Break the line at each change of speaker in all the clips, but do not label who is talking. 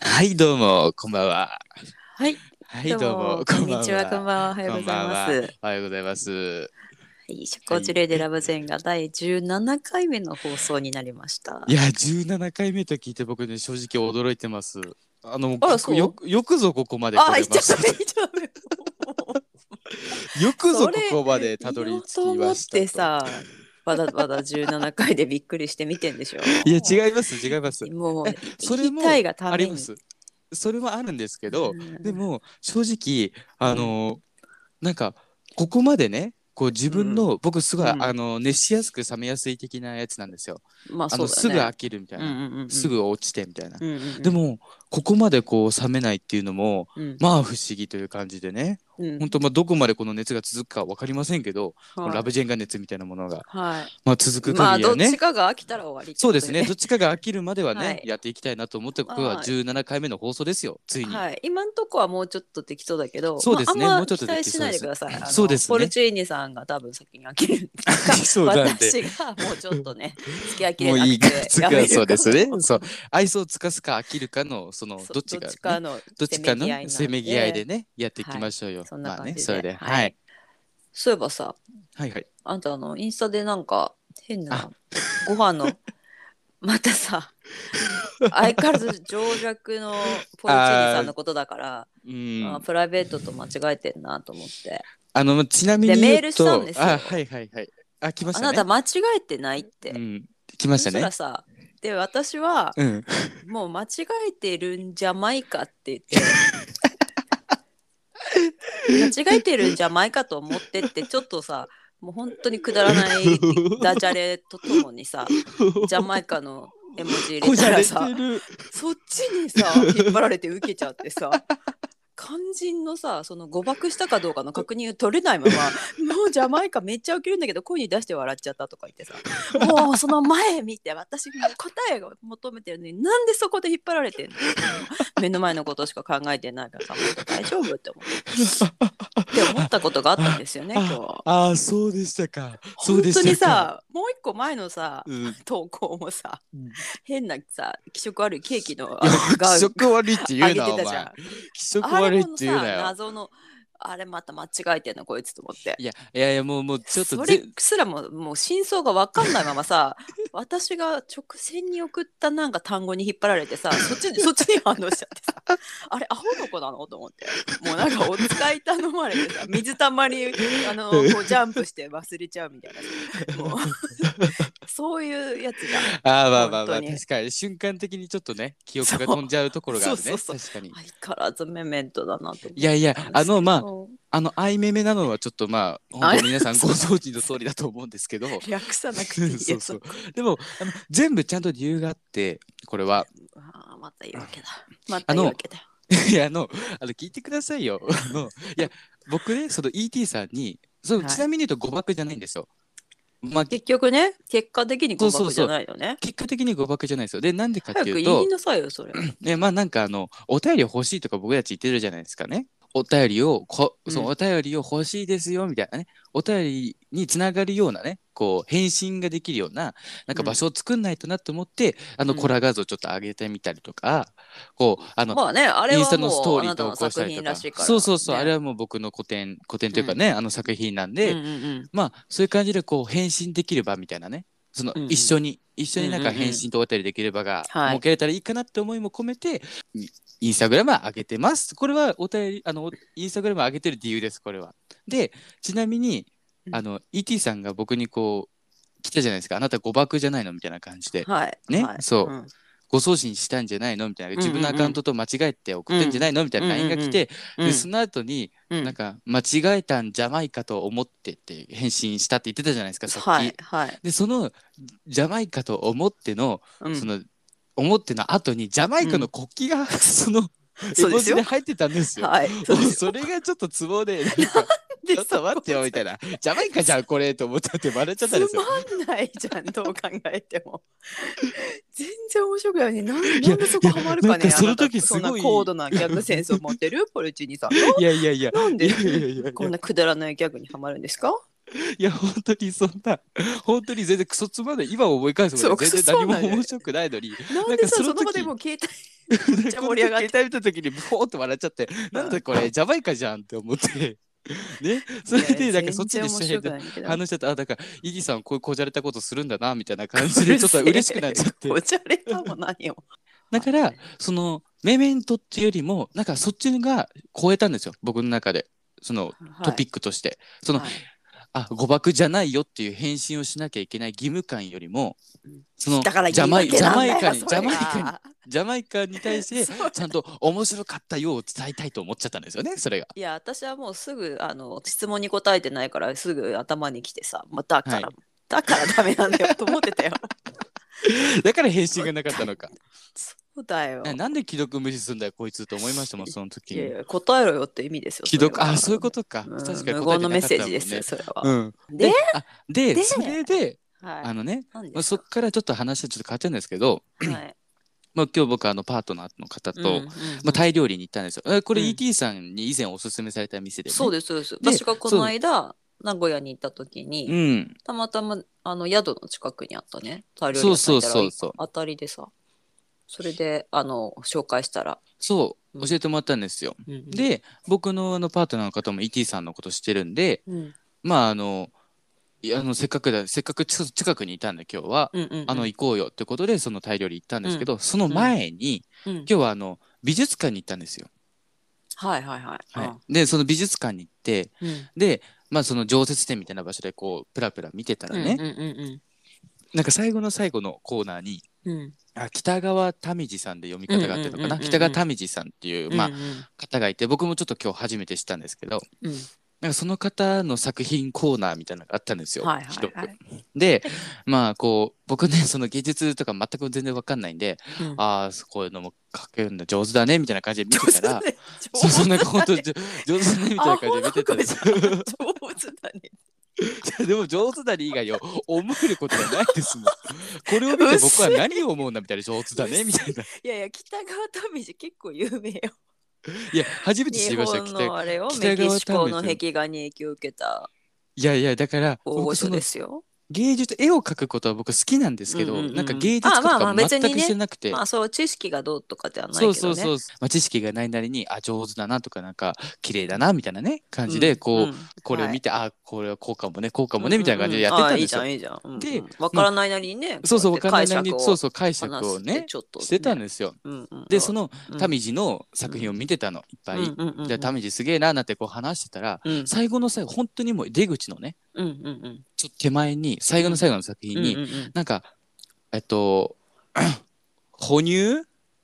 はい、どうも、こんばんは。
はい。
はい、どうも、
こんにちは、こんばんは。おは
お
ようございま
は
す。は。
おはようございます。
い、社交辞令でラブゼンが第17回目の放送になりました
い。や、17回目と聞いて、僕ね、正直驚いてます。あの、
あら
よ
そう
よくよくぞここまで来
あ、
れ
いっ
ま
ちゃっ、
したた。
いっちゃっ た。
よくぞここまでたどり着きましたと。
言おうと思ってさ、まだまだ17回でびっくりして見てんでしょ。
いや、違います、違います。
もう、
えそ
聞
れ
き
も
たいがた
あ
め
り
に
ま。す。それもあるんですけど、
うん
で、も正直あのなんかここまでねこう自分の、僕すごい、
うん
あの熱しやすく冷めやすい的なやつなんですよ。
まあ
あ
そうだ
の
ね。
すぐ飽きるみたい
うん
な、
うんうん、
す、ぐ落ちてみたいな。
うんうんうん、
で、もここまでこう冷めないっていうのも
うん
まあ不思議という感じでね
うん
本当まあどこまでこの熱が続くか分かりませんけど、
はい
ラブジェンガ熱みたいなものが、
はい。
まあ、続く
まあ、
限り
ど
は
っ
ね、
ちかが飽きたら終わりって
そ
こ
う
とよ、
ですねどっちかが飽きるまではね、
はい
やっていきたいなと思ったこと
は
はい17回目の放送ですよついに。
はい、今のとこはもうちょっとできそうだけど、
そうですね
まあ、あ
も
んま
うちょっ
期
とで
待
き
し
そう
ない
で
ですください。あの
そうですね
ポルチーニさんが多分先に飽きる。
そうなんで
私がもうちょっと ね、付き合いきれ
もう
なく
いいか
て
つ
や
か
めるか
そうですね
も
そう愛想をつかすか飽きるかのその
そう
どっち
ど
か
っ
ね
ちかの
どっちかのせ
せ
め
め
ぎ
ぎ
合
合
い
い
で
で。
ねやっていきましょうよ、
そんな
まあ
感
ね
じ
それで
で。
はい、
はい。そういえばさ、
はいはい
あんたあのインスタでなんか変
あ
なご飯の またさ、相変わらず情弱のポルチーニさんのことだから、
うん
あ
あ
プライベートと間違えてんなと思って。
のちなみに
で
言
メ
う
ー
と
ルしたんですよ
あはいはいはいあ来まし
あ
た
な
ね
た間違えてないって。
うん来ました
そした
ね
らさで私は
うん
もう間違えてるんじゃないかって言って。間違えてるんじゃないかと思ってってちょっとさもう本当にくだらないダジャレとともにさジャ マイカの絵文字入
こ
れ
じ
た
ゃ
ら
れて
さ
る
そっちにさ引っ張られて受けちゃってさ肝心のさその誤爆したかどうかの確認取れないままもうジャマイカめっちゃ受けるんだけど声に出して笑っちゃったとか言ってさもうその前見て私もう答えを求めてるのになんでそこで引っ張られてんの目の前のことしか考えてないからさもう大丈夫って思ってって思ったことがあったんですよね今日。
ああそうでしたかそう
本
でし
当
たか
にさもう一個前のさ
うん
投稿もさ
うん
変なさ気色悪いケーキの
いや
が
気色悪いって言うな
あ
お
げてたじゃん
前気色
あ
悪い
れ
っ
も
て言うな
さ
よ
謎のあれまた間違えてんのこいつと思って
いやいやいやもうもうちょっと
そ
ぜ
れすらももう真相が分かんないま まさ私が直線に送ったなんか単語に引っ張られてさそ っちにそっちに反応しちゃってさあれアホの子なのと思ってもうなんかお使い頼まれ てさ水たまりあのこうジャンプして忘れちゃうみたいな もうそういうやつが
あーまあまあまあ
本当に
確かに瞬間的にちょっとね記憶が飛んじゃうところがあるね
そうそう
確かに
相変わらずメメントだなと思って
いやいやあのまあ
うん
あのあいめめなのはちょっとまあ本当に皆さんご存知の通りだと思うんですけど
略さなくていいよ
そうそうでもあの全部ちゃんと理由があってこれは
ああ、また言うわけだ。また言うわけだ。
いやあのあの聞いてくださいよあのいや僕ねその ET さんにそう、
はい
ちなみに言うと誤爆じゃないんですよまあ
結局ね、結果的に
そう
誤
そうそ
爆じ
う
ゃないよね。
結果的に誤爆じゃないですよでなんでかって
早く
いう
言
と
いなさいよ、それ。
ね、まあなんかあのお便り欲しいとか僕たち言ってるじゃないですかね。お便りをこ
うん
そのお便りを欲しいですよみたいなね、お便りにつながるようなねこう返信ができるようななんか場所を作んないとなと思って、あの
うん
コラ画像ちょっと上げてみたりとか、こうあの、
まあね、あれ
イン
は
スタ
も
のス
う
トー
あ
リー
なた
投稿
の
した
作
りと
品
から
しいから。
そうそうそう、あれ
は。
はもう僕の古典古典というかね、あの作品なん
うん
で、
うん
まあそういう感じでこう返信できる場みたいなねその
うんうん
一緒に、一緒になんか
うんうんうん
返信とお便りできる場が
はい
設けれたらいいかなって思いも込めて、インインスタグラムは上げてますこれはお便りあのインスタグラム上げてる理由ですこれは。でちなみに
うん
あの ET さんが僕にこう来たじゃないですかあなた誤爆じゃないのみたいな感じで
うん。はい。
ね
はい
そうん誤送信したんじゃないのみたいな
うんうん
自
うん
分のアカウントと間違えて送ってんじゃないのみたいな LINE が来て、
うん
でその後に
うん
なんか間違えたんじゃないかと思ってって返信したって言ってたじゃないですかさっき。
はい。はい。
でそのジャマイカと思っての、
うん
その思っての後にジャマイカの国旗が、 その絵
そう
文
です
字
よ
で入ってたんですよ。
はい。そうです
それがちょっとツボ でなんかちょっと待ってよみたいな「ジャマイカじゃんこれ」と思ったってバレちゃっ
つ
たんですよ。
まんないじゃん、どう考えて も。全然面白くないね。なんなんでそこハマるかね。
いやなんかその時
あなた
すごい
そんな高度なギャグセンスを 持ってるポルチーニさん。
いやいやいや
なん で
いやいやいやいや
こんなくだらないギャグにハマるんですか
いや、本当にそんな、本当に全然クソつまんない。今思い返す
そ
も
う
全
ク
然
ソ
何
つまんない
も面白くないのに、
なんで
そ
さそ
の
の
時
場 でもう携帯めっちゃ盛り上がっ
この携
て
帯見た時に、ほーって笑っちゃって、なんだこれ、ジャマイカじゃんって思って。 ね、それで、なんかそっちにして
全然面白くないんだけど
話しちゃった。あ、だから、イギさん、こういうこじゃれたことするんだな、みたいな感じで、ちょっと嬉しくなっちゃって。
おじゃれたも何も。
だから、その、メメントっていうよりも、なんかそっちが超えたんですよ、僕の中で。その、トピックとして。その、
はい
あ、誤爆じゃないよっていう返信をしなきゃいけない義務感よりも
うん、
その、ジ
だから
ャマイジャマイカに、ジ
言い
ャ
訳なん
マ
だ
イ
よ
カに、ジャマイカに対して、
それが
ちゃんと面白かったよを伝えたいと思っちゃったんですよね、それが。
いや私はもうすぐあの質問に答えてないからすぐ頭にきてさ、まあ、だから、
はい
だからダメなんだよと思って たよ
だから返信がなかったのか。
そうだよ
ななんで既読無視するんだよ、こいつと思いましたもん、その時
いやい
に。
や答えろよって意味ですよ
既
それ
読、
は
あ、そういうことか。
うん
確かに
無
答えて
言の
な
メッ
かっ
セ
た
ー
もん
ジ
ね
ですよ。それは、
うん。
で
あで、
で
それで、
はい
あのね、
何で
まあ、
す
そっ
か
からちょっと話はちょっと変わっちゃうんですけど、
はい
まあ、今日僕、あの、パートナーの方と、
うんうんうん
まあ、タイ料理に行ったんですよ。えこれ
うん
ET さんに以前おすすめされた店で、ね。
そう
で
ですそうです
で
私がこの間名古屋に行った時に、
うん。
たまたまあの宿の近くにあったね大量
そう
に
そうそうそう
当たりでさそれであの紹介したら、
そう、
うん
教えてもらったんですよ。
うん、
で、僕のあのパートナーの方も ET さんのこと知ってるんで、
うん、うん
まあ、あの、いやあのせっかくだ、せっかくち近くにいたんで、今日は、
うんうん
あの、行こうよってことで、そのタイ料理行ったんですけど、その前に、
うん
今日はあの、美術館に行ったんですよ。
はいはいはい、
はい。で、その美術館に行って、
うんうん
で、まあ、その常設展みたいな場所で、こう、プラプラ見てたらね、
うんうん
なんか最後の最後のコーナーに、
うんうん
あ北川民次さんで読み方があってるのか
うんうんうんうんう
なん北川民次さんっていう、まあ
うん、う
方がいて僕もちょっと今日初めて知ったんですけど
ん
なんかその方の作品コーナーみたいなのがあったんですよ。
はいはいはい
広くでまあこう僕ねその芸術とか全く全然わかんないんで、
うん
ああこういうのも書けるんだ上手だねみたいな感じで見
上
て
手
たら
だ。ね
そうそうなんか本当に上上手だねみたいな
ア
感じ
ホ
で
な
見て
子
たんで
じ
す
ゃん上手だね
でも上手だね以外を思えることがないですもん。これを見て僕は何を思うんだみたいな上手だねみたいな。
いやいや北川民次結構有名よ
いや初めて知
日
りましたよ
本
北川
のあれを
北
メ
川
キシコ
民
の
次
壁画に影響を受けた
いやいやだから
大御
僕
所
その
ですよ
芸術絵を描くことは僕好きなんですけど、
うんうんうん
なんか芸術家と
あまあま
か
あ別
全
にね
くしてなくて、
まあそう知識がどうとかではないけど
そう
ね
そうそう、まあ、知識がないなりにあ上手だなとかなんか綺麗だなみたいなね感じでこう、
んん
これを
はい
見て、あこれはこうかもねこうかもねみたいな感じでやって
う
た
うんうあい
で
い
す
じゃ
よ。
んいいじゃん。うんうん
で
わからないなりにね、
そうそう
こ
わ
う
かん
やっ
な
て
いなりに
解釈を
そうそう解釈
話す
を
って
ね
ちょっと
してたんですよ。
うんうん
でその
うん
民次の作品を見てたのいっぱい。
うんうんうんうん
で民次すげえなーなんてこう話してたら
うん
最後の最後本当にもう出口のね
うんうん
ちょっと手前に最後の最後の作
うんう
品
ん
に、
うんうん
なんか、えっと、 哺乳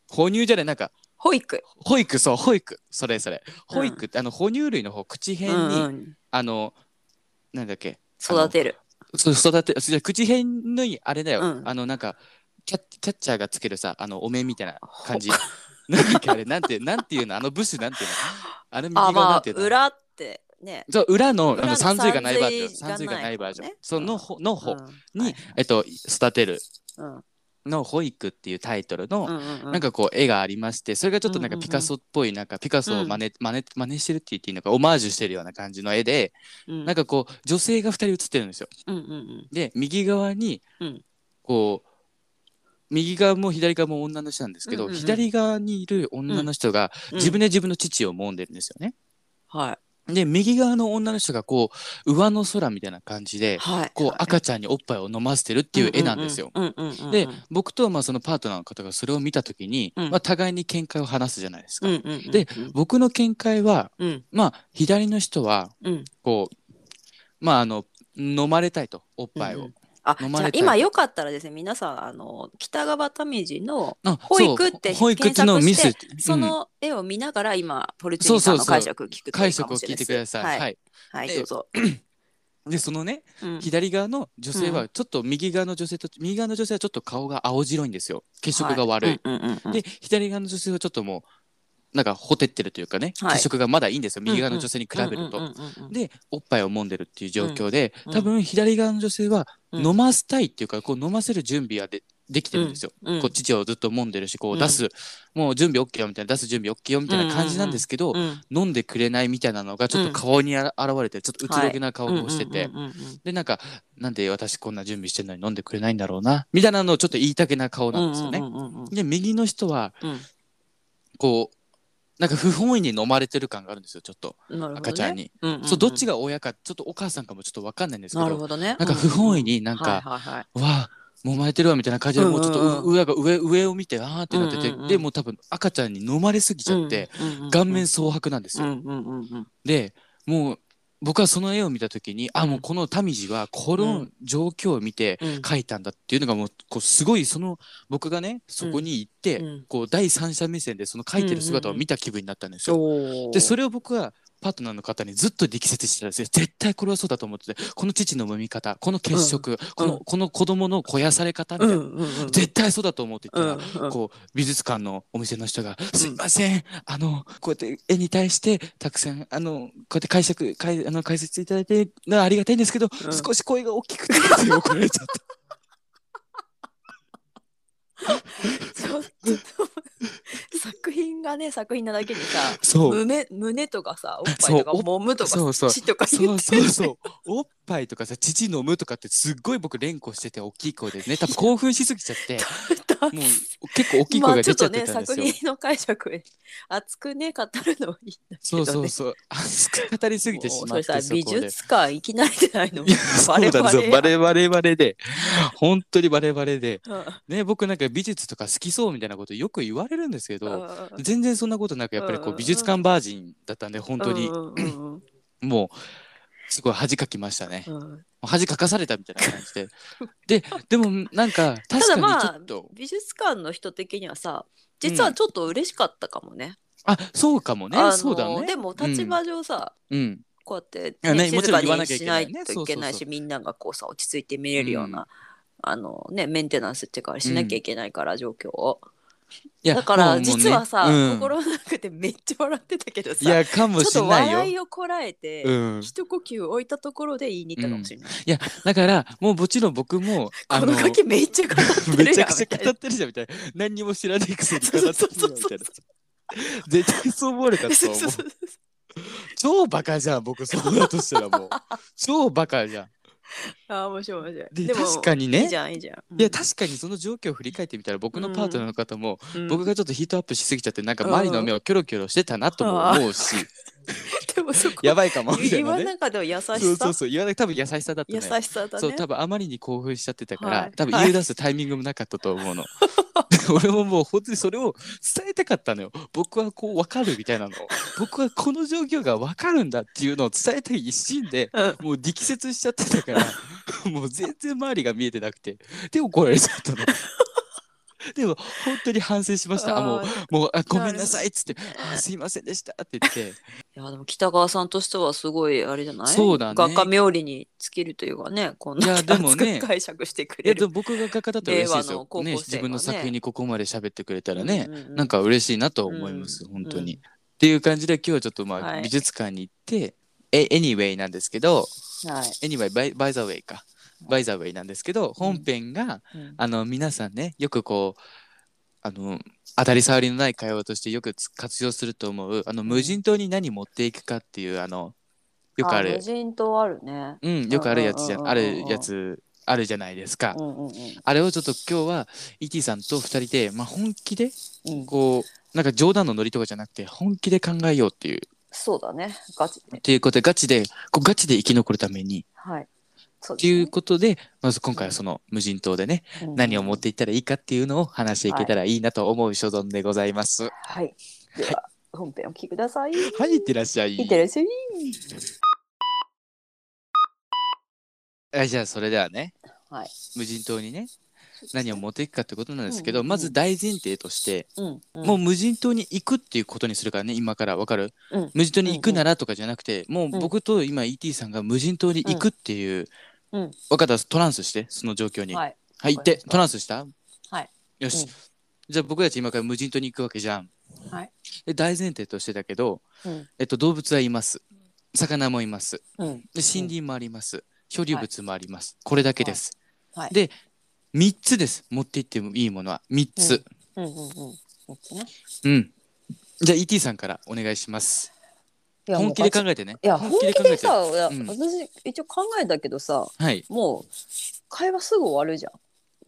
哺乳じゃない、なんか、
保育
保育、そう、保育、それそれ。保育って、あの、哺乳類の方、口辺に、
うんうん
あの、なんだっけ、
育てる
そう育て、じゃ口辺のに、あれだよ、
うん
あの、なんか、キャッキャッチャーがつけるさ、あの、お面みたいな感じ。 なんだっけ、あれ、なんて、なんていうの、あのブッシュ、なんていうの。あれ、右
あ
側
ま
なん
あ
ていうの。
裏ってね
そう裏のあ
裏
の
の
三髄がないバージョン
三
三
髄
髄が
がない
ないバージョン
ね
そのほの方
うん
に、えっと育てる
うん
の保育っていうタイトルの、
うんうんうん
なんかこう絵がありましてそれがちょっとなん
う
か
んうんうん
ピカソっぽいなんかピカソを真似,、真似真似してるって言っていいのかオマージュしてるような感じの絵で、
うん
なんかこう女性が2人写ってるんですよ。
うんうん
で右側に
うん
こう、右側も左側も女の人なんですけど、
うんうんうん
左側にいる女の人が
うん
自分で自分の乳を揉んでるんですよね。
は
で右側の女の人がこう上の空みたいな感じ
い
で
はい
こう赤ちゃんにおっぱいを飲ませてるっていう絵なんですよ。
うんうんうん
で僕とまあそのパートナーの方がそれを見た時に、
うん
まあ、互いに見解を話すじゃないですか。
うんうんうん
で僕の見解は、
うん
まあ、左の人は
うん
こうまああの飲まれたいとおっぱいを。
うんうんあ
飲
じ
ま
ゃあ
れたい
今よかったらですね皆さんあの北川民次の
あ
保育っ
そ
て
う保育っていうのをミス
検そ
うん
の絵を見ながら今、ポルチーニさんの解釈を聞くとい
解
いか
釈
も
を
しれ
聞
ないいで
て
す
ください。はい、
はい、
で
どうぞ。
でそのね
うん
左側の女性
う
はちょっと右側の女性と右側の女性はちょっと顔が青白いんですよ血色が悪い。
うんうんうんうん
で左側の女性はちょっともうなんかほてってるというかね、
はい
血色がまだいいんですよ右側の女性に比べると。
うんうんうんうん
でおっぱいを揉んでるっていう状況で、
うん
多分左側の女性は
うん
飲ませたいっていうか、こう飲ませる準備はでできてるんですよ。
うん、
こっちをずっと揉んでるし、こ
う
う、
ん
出す、もう準備 OK よみたいな、出す準備 OK よみたいな感じなんですけど、
うん
飲んでくれないみたいなのが、ちょっと顔にあら現れて、ちょっとうつろけな顔をしてて、
うんうんうんうん
で、なんか、なんで私こんな準備してんのに飲んでくれないんだろうな、みたいなのをちょっと言いたけな顔なんですよね。
うんうんうんうん
で、右の人は、
う
こう、なんか不本意に飲まれてる感があるんですよ、ちょっと、
んなるほどね
赤ちゃんに。
うんうんうん
そう、どっちが親か、ちょっとお母さんかもちょっとわかんないんですけ
なる
ど、
ほどね。
なんか不本意
に
になんか、
はいはいはい、
わあ、揉まれてるわみたいな感じで、
うんうん
も
うん
うちょっとう上が上上を見て、あーってなってて、
うんうんうん
で、もう多分赤ちゃんに飲まれすぎちゃって、
うんうんうん、
顔面蒼白なんです
う
よ。
んうんうんうん
で、もう、僕はその絵を見た時に、あ、
うん
もうこの民子はこ
う
の状況を見て
うん
描いたんだっていうのがもう、こうすごいその、僕がね、そこに行って、
うん
こう第三者目線でその描いてる姿を見た気分になったんですよ。
おー
でそれを僕はパートナーの方にずっと力説してたんですよ絶対これはそうだと思っててこの父の揉み方この血色、このこの子供の肥やされ方みた
う
い
ん
な、
うんうん、
絶対そうだと思うって言ったら、
うんうん
こう美術館のお店の人が「すいません、あのこうやって絵に対してたくさんあのこうやって解釈解あの解説いただいてのはありがたいんですけど、
うん
少し声が大きくて」って怒られちゃった。
ちょっと作品がね作品なだけにさ
そう
胸胸とかさおっぱいとか
そう
揉むとか
そうそう
血とか
そ
言
う
って
そうそう。おっぱいとかさ、父飲むとかってすっごい僕連呼してて大きい声でね、多分興奮しすぎちゃって、
だ
もう結構大きい声が出ちゃってたんですよ。
まあちょっとね作品の解釈へ熱くね語るのはいいんだけど、ね、
そうそうそう。熱く語りすぎてしまって
もうそれ
そこ
さ美
で。
術館行き慣れてないの
いやそうなんですよ。バレバレバレで。本当にバレバレで。ね、僕なんか美術とか好きそうみたいなことよく言われるんですけど、全然そんなことなくやっぱり
うん
こ
うん
う美術館バージンだったんで、本当に
うんうん
もう、すごい恥かきましたね。
うんうん
恥かかされたみたいな感じで。 で、でもなんか
だ
確か
ま
に
あ
ちょっと、
美術館の人的にはさ実はちょっと嬉しかったかもね。
あ、そうかもね
あの、
そうだね。
でも立場上さ、
うん。
こうやって、
いやねも
静
ちろ
か
ん言わな
に
きゃい
し
け
な
ない
い
ね
といけないし
そうそう
みんながこうさ落ち着いて見れるような、あのねメンテナンスっていうかしなきゃいけないから、状況を
いや
だから
もうもうね
実はさ、
うん
心の中でめっちゃ笑ってたけどさ
いや、かも
ちょっ
し
と
んないよ。
笑いをこらえて、
うん、
一呼吸置いたところで言いに行ったかもしれない。
いやだからもうもちろん僕 もあ
このガキめっちゃ語ってる
めち
や
ゃ
ん
くち
み
ゃ
たい
語
な
ってるじゃんみたいな何にも知らないくせに語ってるじゃんみたいな絶対そう思われたと
そう
思う
そうそうそう
超バカじゃん僕そうだとしたら もう超バカじゃん
ああ面白い面白い。
で
も
確かに
いい
ね
じゃんいいじゃん。
いや確かにその状況を振り返ってみたら僕のパートナーの方も、
うん
僕がちょっとヒートアップしすぎちゃってなんか周りの目をキョロキョロしてたなとも思うし、
でもそこ
やばいかもみたい
言
な
わ
ね
なかでも優しさ
そうそうそう言わない多分優しさだった
優
ね
しさだ
そう
ね。
多分あまりに興奮しちゃってたから、
はい
多分
はい
言い出すタイミングもなかったと 思うの。俺ももう本当にそれを伝えたかったのよ。僕はこう分かるみたいなのを。僕はこの状況が分かるんだっていうのを伝えたい一心で
うん
もう力説しちゃってた からもう全然周りが見えてなくてで怒られちゃったの。でも本当に反省しました。あもう
あー
もうあごめんなさいっつってあすいませんでしたって言 って。
いやでも北川さんとしてはすごいあれじゃない
そうだね
画家冥利に尽きるというかねこんない
やでもね
熱く解釈してく
いや
れ
で
る
も僕が画家だったら嬉しいです
令和
よ
の。高校生
ね
がね
自分の作品にここまで喋ってくれたらね、
ううう
なんか嬉しいなと思います、
うん
本当に、
う
っ
ん
ていう感じで今日はちょっとまあ、
はい
美術館に行ってえ Anyway なんですけど
はい、
Anyway by, by the way か by the way なんですけど本編が、
うん
あの皆さんねよくこうあの当たり障りのない会話としてよくつ活用すると思うあの無人島に何持っていくかっていうあのよくあ
あ
る
無人島あるね。
うんよくあるやつじ
うん
ゃ
うん
あ
うんうんうん
るやつあるじゃないですか
う。んうんうん
あれをちょっと今日は ET さんと2人で、まあ、本気で
うん、
こうなんか冗談のノリとかじゃなくて本気で考えようっていう。
そうだねガチで
っていうことでガチでこうガチで生き残るために
はいそう
っていうことでまず今回はその無人島でね
うん
何を持っていったらいいかっていうのを話していけたらいいなと思う所存でございます。は
はいでは本編お聞きください
い、いってらっしゃい。
いってらっしゃい
はいじゃあそれではね、
はい
無人島にね何を持っていくかってことなんですけど、
うんうん
まず大前提として、
うんうん
もう無人島に行くっていうことにするからね今からわかる、
うん
無人島に行くならとかじゃなくて、もう僕と今 ET さんが無人島に行くっていう、
うんうん
わかったトランスしてその状況に、
はい
はい、行っ
わかり
て
ました
トランスした
はい
よし、
うん
じゃあ僕たち今から無人島に行くわけじゃん、
はい
で大前提としてだけど、
うん
えっと、動物はいます魚もいます
うん
で森林もあります、漂流物もあります、これだけです、
はいはい
で3つです持って行ってもいいものは3つ
うんうんうん。こっちね
うん、じゃあ ET さんからお願いします
いや
本気で考
もう
えてね
いや本気で
考
さ、いや
うん
私一応考えたけどさ、
えてはい
もう会話すぐ終わるじゃん。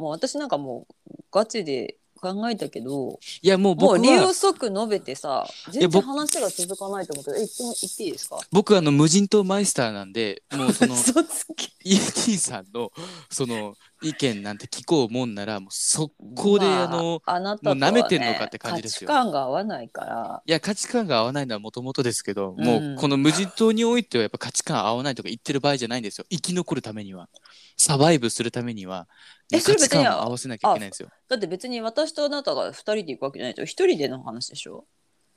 もう私なんかもうガチで考えたけど、
いやもう
も
僕
う理由
は
を即述べてさ、
や
全然
僕
話が続かないと思うけど、え、でも言っていいですか？
僕あの無人島マイスターなんでもうその
嘘つき。
ET さんのその意見なんて聞こうもんならもう速攻で
ま
あの、
あなたとはね
もう舐めてんのかって感じですよ
価値観が合わないから。
いや価値観が合わないのはもともとですけど、
うん
もうこの無人島においてはやっぱ価値観合わないとか言ってる場合じゃないんですよ生き残るためにはサバイブするためには
え
価値観を
それ別に
合わせなきゃいけないんですよ
だって別に私とあなたが二人で行くわけじゃないでしょ。一人での話でしょ。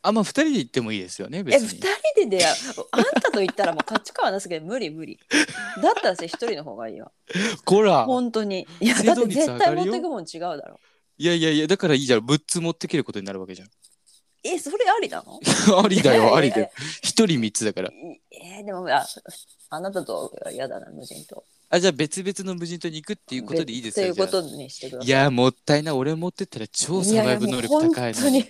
あまあ2人で行ってもいいですよね
え、
別
二
に
人でで、あんたと言ったらもう価値観はなすけど無理無理。だったらさ一人の方がいいよ。
こら
本当に。いや
生
だっ
存
て
率
絶
上が
対
るよ
持ってくもん違うだろ。
いやいやいやだからいいじゃん6つ持ってけることになるわけじゃん
え、それありなの？
ありだ
いやい
よ
や
ありだよ1人3つだから
いえーでもああなたとは嫌だな無人島。
あじゃあ別々の無人島に行くっていうことでいいです
とい
よ
う
じゃ
こ
あ
とにしてくださ
い
い。
やもったいない俺持ってったら超サバイブ能力高いのに
ややもう本当に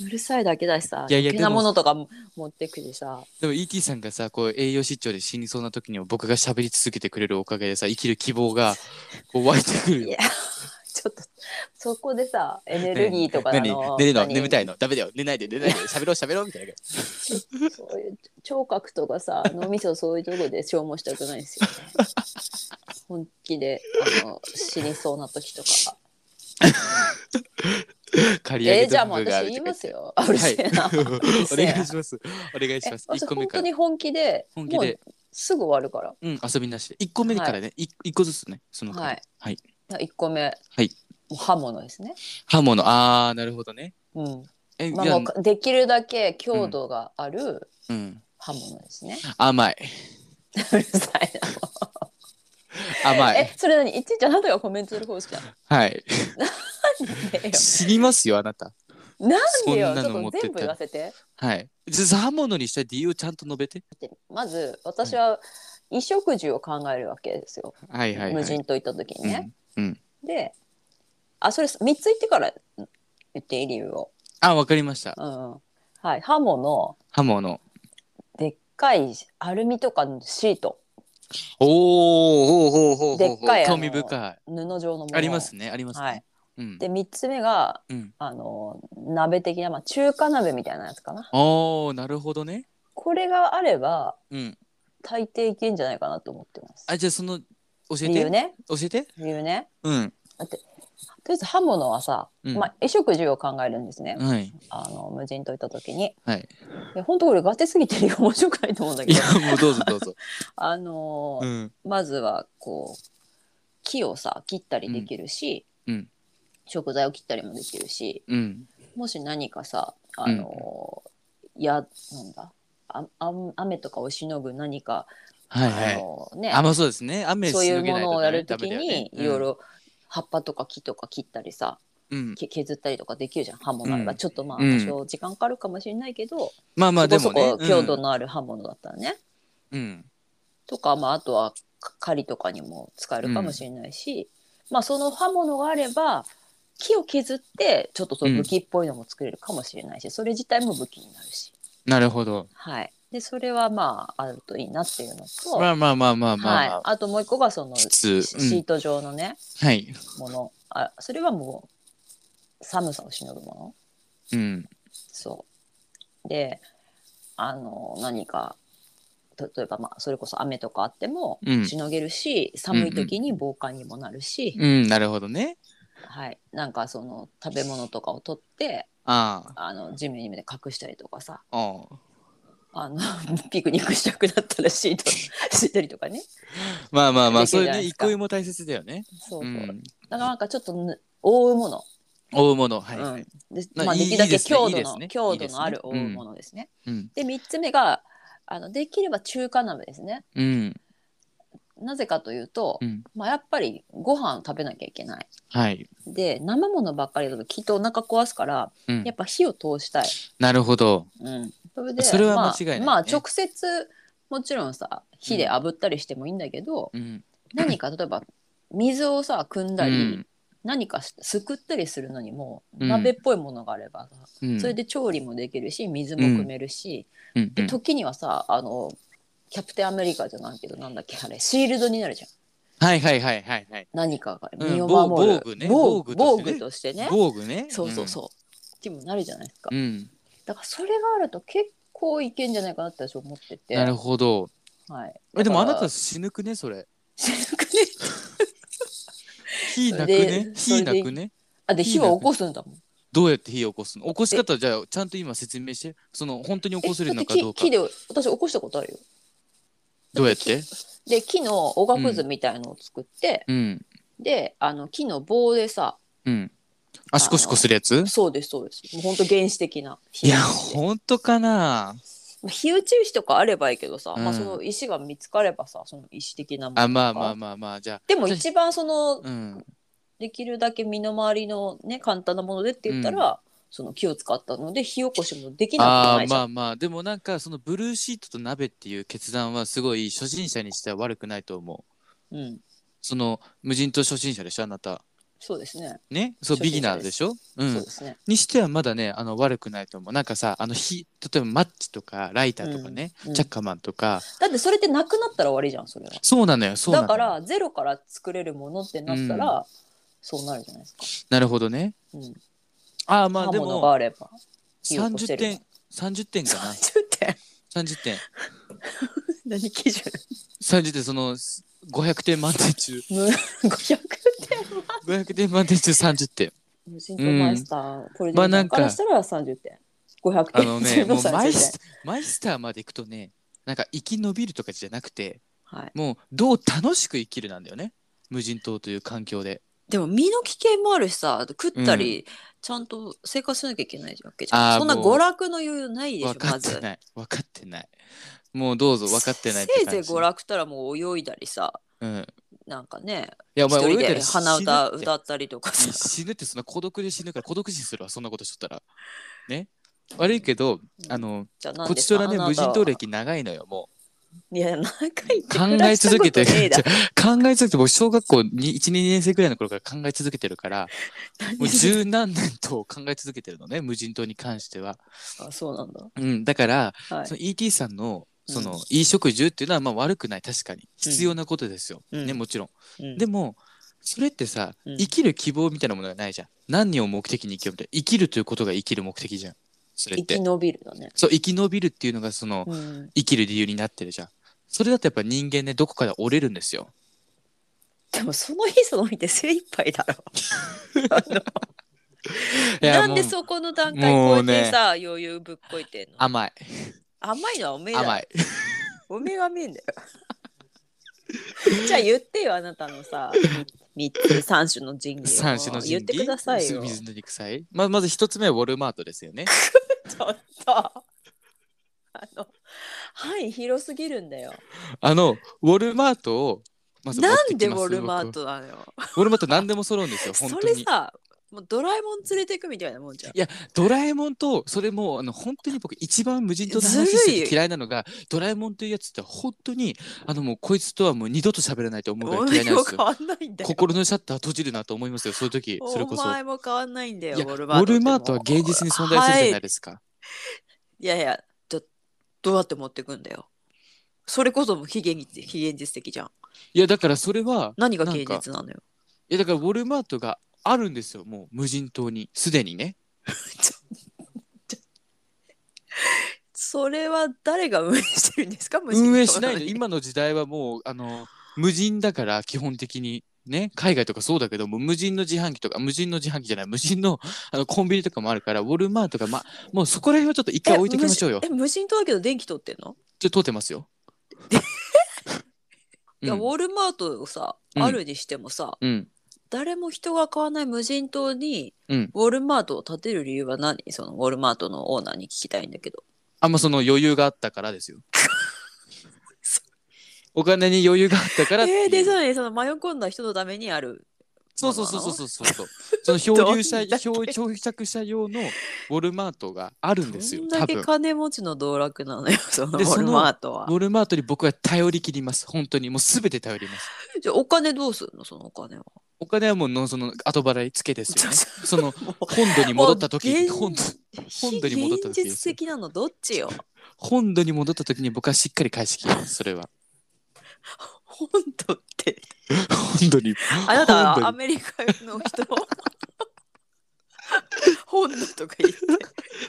うるさいだけだしさ、
いやいや
余計な
でも
ものとかも持ってくでさ、
でも ET さんがさこう栄養失調で死にそうな時にも僕が喋り続けてくれるおかげでさ生きる希望が こう湧いてくる
い
よ
や。ちょっとそこでさエネルギーとかあ
何
の
寝るの
何
眠たいのダメだよ寝ないで寝ないで喋ろう 喋ろうみたいな
そういう聴覚とかさ脳みそそういうとこで消耗したくないですよね。 本気であの死にそうな時とか。
借り上
え
げ
ー、じゃあ
ド
もう
ブがあ
私
る
言い
と
ま
か
す
言って
よ。うるせえな。
は いう
るせ
お
えな
願いしますお願いし
え
ます
私
1個目か
本
ら
当に本気で
本気で
もうすぐ終わるから。
うん遊びなしで1個目からね 1, 個ずつねその
はい。
はい
一個目。
はい。
もう刃物ですね。
刃物あーなるほどね
うん。
え、
まあ、
いや
もうできるだけ強度がある
うん
刃物ですね。
甘いう
るさいな。
甘い
え、それ何、いちいちあなたがコメントする方じゃん。
はい
なんでよ。
死にますよあなた
なんでよ、
そん
ち
な
ょっ
の持っ
と
てったら
全部言わせて。
はいじゃあ刃物にした理由をちゃんと述べて
まず、私は衣食住を考えるわけですよ。
はいはいはい
無人島行った時にね。
うんうん
で。あ、それ三つ言ってから。言っていい理由を。
あ、わかりました。
うん。はい、刃物。
刃物。
でっかいアルミとかのシート。
おー、ほうほうほうほう
でっかいあの
興味深い。
布状のもの。
ありますね、ありますね。
はい。
うん。
で、三つ目が、
うん
あの、鍋的な、まあ、中華鍋みたいなやつかな。
おー、なるほどね。
これがあれば、
うん。
大抵いけんじゃないかなと思ってます。
あ、じゃあその、教え
理由
て。
ね。
教えて。
理由ね。
うん。
とりあえず刃物はさ、
うん
まあ、衣食住を考えるんですね。
はい。
あの、無人島行った時に。
はい。
で、本当これガチすぎてるよ。面白くないと思うんだ
い
けど。
や、もうどうぞどう ぞ。
あの
う
ー
ん。
まずは、こう、木をさ、切ったりできるし、
うんうん
食材を切ったりもできるし、
うん。
もし何かさ、あのーや、なんだ、ああん雨とかをしのぐ何か、
はいは
あ
い。
のーね、
あ、まあそうですね。雨
そう
し
いう
のげ
も
ない
のを
と
や
ね
る
ダメ
と
だ
き
よね
に、いろい。ろ葉っぱとか木とか切ったりさ、
うんうん。
け削ったりとかできるじゃん、刃物あれば。
うん
ちょっとまあ、
うん
多少時間かかるかもしれないけど、
まあまあで
そ
も
こ
ね
そ。こ強度のある刃物だったらね。
うん。うん。
とか、まあ、あとはか狩りとかにも使えるかもしれないし、まあ、その刃物があれば、木を削って、ちょっとその武器っぽいのも作れるかもしれないし、それ自体も武器になるし。
なるほど。
はい。で、それはまあ、あるといいなっていうのと、
まあまあまあまあま
は
あ
い
まあ。。
あともう一個が、その、シ
質。う
シー
ん。
ト状のね、
はい。
もの。あ、それはもう、寒さをしのぐもの。
うん。
そう。で、あの、何か、例えば、まあ、それこそ雨とかあっても
うん、
しのげるし、寒い時に防寒にもなるし、
うん、なるほどね。
はい。なんか、その、食べ物とかを取って、
あ
あの、地面にで隠したりとかさ、
あ。おう
あの、 ピクニックしたくなった らシート、シートりとかね。
まあまあまあ、そういう
でき
ね、
るじゃないですか
憩いも大切だよね。
そうそうう。
ん。
だから、なんか、ちょっとぬ、覆うもの。
追うもの、はい、
うん。で、
まあ
まあ、
いい
できるだ
いいで
け
すね
強
いい
度
です
の、
ね
強度のある覆
いいですねう
う
ん
ものですね。
うん、
で、三つ目が、あの、できれば中華鍋ですね。
うん、
なぜかというと、
うん、
まあ、やっぱりご飯食べなきゃいけない。
はい、
で生ものばっかりだときっとお腹壊すから
うん
やっ、ぱ火を通したい。
なるほど、
うん、それで
それは間違いないね
まあ、まあ直接もちろんさ火で炙ったりしてもいいんだけど、
うん、
何か例えば水をさ汲んだり、
うん
何かしすくったりするのにも
うん
鍋っぽいものがあれば、
うん
それで調理もできるし水も汲めるし、
うんう
で
ん
時にはさあのキャプテンアメリカじゃないけどなんだっけあれシールドになるじゃん
はいはいはいはいはい。
何かが
うん
身を守
防
る、
防具ね
防具
防
防
具
具
と
としてね
防具ね。
そうそうそう、にもなるじゃないですか、
うん。うん。
だからそれがあると結構いけんじゃないかなって私思ってて
なるほど。
はい、
えでもあ
だ
な
から
た死ぬくねそれ。
知らなくね
火なくね火
でそれで
なくね
あで火は起こすんだもん
どうやって火を起こすの起こし方じゃあちゃんと今説明して。その本当に起こせるのか
え
ど
だっ
う
て
か
木木。で私起こしたことあるよ
どうやって
で木のおがくずみたいのを作って、
うん。
であの木の棒でさ
うん。あ、シコシコするやつ
そうですそうですもうほんと原始的ない火
や、
打ちで
本当かな
まあ火打ち石とかあればいいけどさ、
うん
まあ、その石が見つかればさその石的なものとか
あ、まあまあまあまあ、じゃあ。
でも一番その
うん。
できるだけ身の回りのね簡単なものでって言ったら、その木を使ったので火起こしもできなくは
あ
な
あ
いじゃん
まあまあでもなんかそのブルーシートと鍋っていう決断はすごい初心者にしては悪くないと思う
うん、
その無人島初心者でしょあなた
そうですね、
ねそう
初
ビギ
心
ナ
者で
ー
す
でしょう
そうんですね
にしてはまだねあの悪くないと思うなんかさあの火例えばマッチとかライターとかね、
うんうん
チャッカマンとか
だってそれってなくなったら終わりじゃんそれは
そうなのよそうなの
だ
よ
からゼロから作れるものってなったら、そうなるじゃないですか、
なるほどね
うん、
ああまあ
刃
で
物が
も
あれば火を起こせ
30
る
点30点か な
30点
30点
何基準
30点その500点満点 中
む500点
500点満点中30点
無人島マイスター、これ
まあ
で
な
なんん
か
からしたら30点500点
あ のね、
中の
もうマイ
30
スマイスターまで行くとね、なんか生き延びるとかじゃなくて、
点はい、
もうどう楽しく生きるなんだよね。無人島という環境で。
でも身の危険もあるしさ食ったり、ちゃんと生活しなきゃいけないわけじ
あ
ゃん
ー
そんな
もう
娯楽の余裕ないでしょ
分か
ま
って
ず
ない。分かってない。もうどうぞ分かってないって
せい
感じ。
ぜい娯楽たらもう泳いだりさ
うん。い
なんかね
や、お
一
前
人
泳いだ
で
り
鼻歌
死ぬって
歌ったり とかさ
死ぬってそんな孤独で死ぬから孤独死するわ、そんなことしとったら。ね。悪いけど、あの、
じゃあなん
こっ
で
ち
さ
とらね、
あなたは
無人島歴長いのよ、も
いや長いって
う。考え続けて
大したことね え
る。
だ
考え続けて、 僕、小学校1、2年生ぐらいの頃から考え続けてるから、もう十何年と考え続けてるのね、無人島に関しては。
あ そうなんだ
うん、だから、
はい
その ET さんの、
うん
その、衣食住っていうのは、まあ悪くない、確かに。必要なことですよ。
うん
ね、もちろん。
うん
でも、それってさ、
うん
生きる希望みたいなものがないじゃん。何を目的に生きようみたいな。生きるということが生きる目的じゃん。それっ
生き
て。
延びるのね
そう、生き延びるっていうのが、その、
うん
生きる理由になってるじゃん。それだとやっぱ人間ね、どこかで折れるんですよ。
でもその日その日で精一杯だろあの
いや
なんで
もう
そこの段階
もう
超え
ね
てさ、余裕ぶっこいてんの
甘い。
甘いのはおめえだ
甘
い
い。
おめえが見えんだよじゃあ言ってよあなたのさ三つ三種の神器を
三種の神器
言ってくださいよ
水の肉祭ままず一つ目はウォルマートですよね。
ちょっとあの範囲広すぎるんだよ
あのウォルマートをまず持っ
なん
て
で
き
ウ
ます
ォルマー
僕
トなのよ
ウォルマート何でも揃うんですよ本
そ
当
れ
に。
さもうドラえもん連れてくみたいなもんじゃん
いやドラえもんとそれもあの本当に僕一番無人島の
ず
話
るい
してて嫌いなのがドラえもんというやつって本当にあのもうこいつとはもう二度と喋らないと思う
お
ぐらい嫌いなんで
前も
す
変
よ。
わんないんだよ
心のシャッター閉じるなと思いますよそういう時それこ
お
そ。
前も変わんないんだよ
いや
ウォル
ウ
マ
ォ
ートってもう
ルマートは現実に存在するじゃないですか。
いやいや、じゃどうやって持ってくんだよ。それこそもう非現実非現実的じゃん。
いやだからそれは
何が
なん
現
か
実なのよ。
いやだからウォルマートがあるんですよもう無人島にすでにね。
それは誰が運営してるん ですか
運営しないの
で。
今の時代はもうあの無人だから基本的にね海外とかそうだけども無人の自販機とか無人の自販機じゃない無人の あのコンビニとかもあるからウォルマートがまもうそこら辺はちょっと一回置いときましょうよ
え無人え無人島だけど電気取ってんの、
ちょっと通ってますよ。う
いやウ
ん
ォルマートをさ、
うん
あるにしてもさ
うん
誰も人が買わない無人島に、
うん
ウォルマートを建てる理由は何そのウォルマートのオーナーに聞きたいんだけど。
あんまその余裕があったから ですよ。お金に余裕があったからっていう
えー、でさらにその迷い込んだ人のためにある
そうそうそう
もの
そうそうそう。その漂流者
どんだけ
漂漂着者用のウォルマートがあるんですよ
どん。
多
だけ
分。
金持ちの道楽なのよ、そのウ
で
ォ
そ
ル
の
マートは
ウ。ォルマートに僕は頼り切ります。本当にもうすべて頼ります。
じゃあお金どうするの、そのお金は。
お金はもうのその後払い付けですよね。その
もう
本土に戻った時に
もう
本土本土に戻った時
非
で
現実
すよ
的なのどっ ちよ。
本土に戻った時に僕はしっかり返し切ります。それは。
本土って。
本土に。
あなた
本土
ア
に
メリカの人。本土とか言って。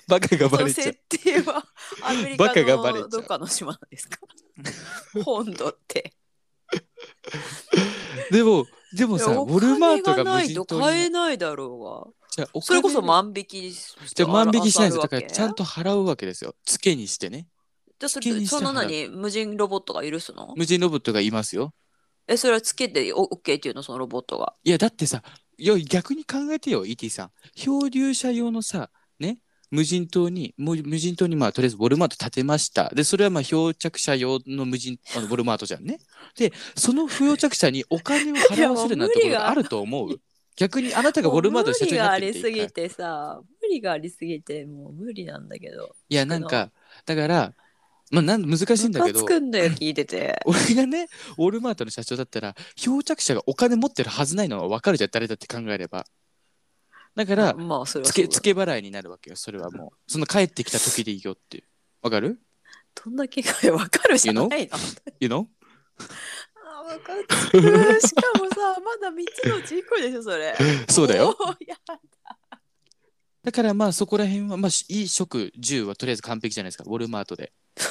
バカが
そ
バ
の
レちゃう
設。定はアメリ
バカ
カ
がバレちゃ
の
う
どっかの島なんですか。 本土って。
でもでもさ、ウ
いやお
ォルマートが
金
無
ない
人
と
島
買え
に。
ないだろう
じゃあお
が。それこそ
金
万引きし
じゃあ万引きしないんですよ。だ
ある
か
わ
ら
け
ちゃんと払うわけですよ。付けにしてね。
じゃあそ
付け
れ
にして
そ
払
の
う
何無人ロボットが許すの
無人ロボットがいますよ。
えそれはつけてお OK っていうのそのロボットが。
いやだってさいや逆に考えてよ ET さん漂流者用のさね無人島にもう無人島にまあとりあえずウォルマート建てましたでそれはまあ漂着者用の無人あのウォルマートじゃんねでその漂着者にお金を払わせるなんてことがあると思う逆にあなたがウォルマートの社長になって
もう無理がありす
みて
ぎてさ無理がありすぎてもう無理なんだけど。
いやなんかだからまあなん難しいんだけ
ムカ
ど。
つくんだよ聞いてて
俺がねウォルマートの社長だったら漂着者がお金持ってるはずないのは分かるじゃん誰だって考えればだから
まあそれは
つ
そ
け
うだ
つけ払いになるわけよそれはも うその帰ってきた時でいいよっていうわかる
どんだけかわかるじゃないの。
?You know?
あムカつくしかもさまだ3つのうち1個でしょそれ。
そうだよ
もう。いや
だからまあそこら辺はまあし衣食住はとりあえず完璧じゃないですかウォルマートで
ち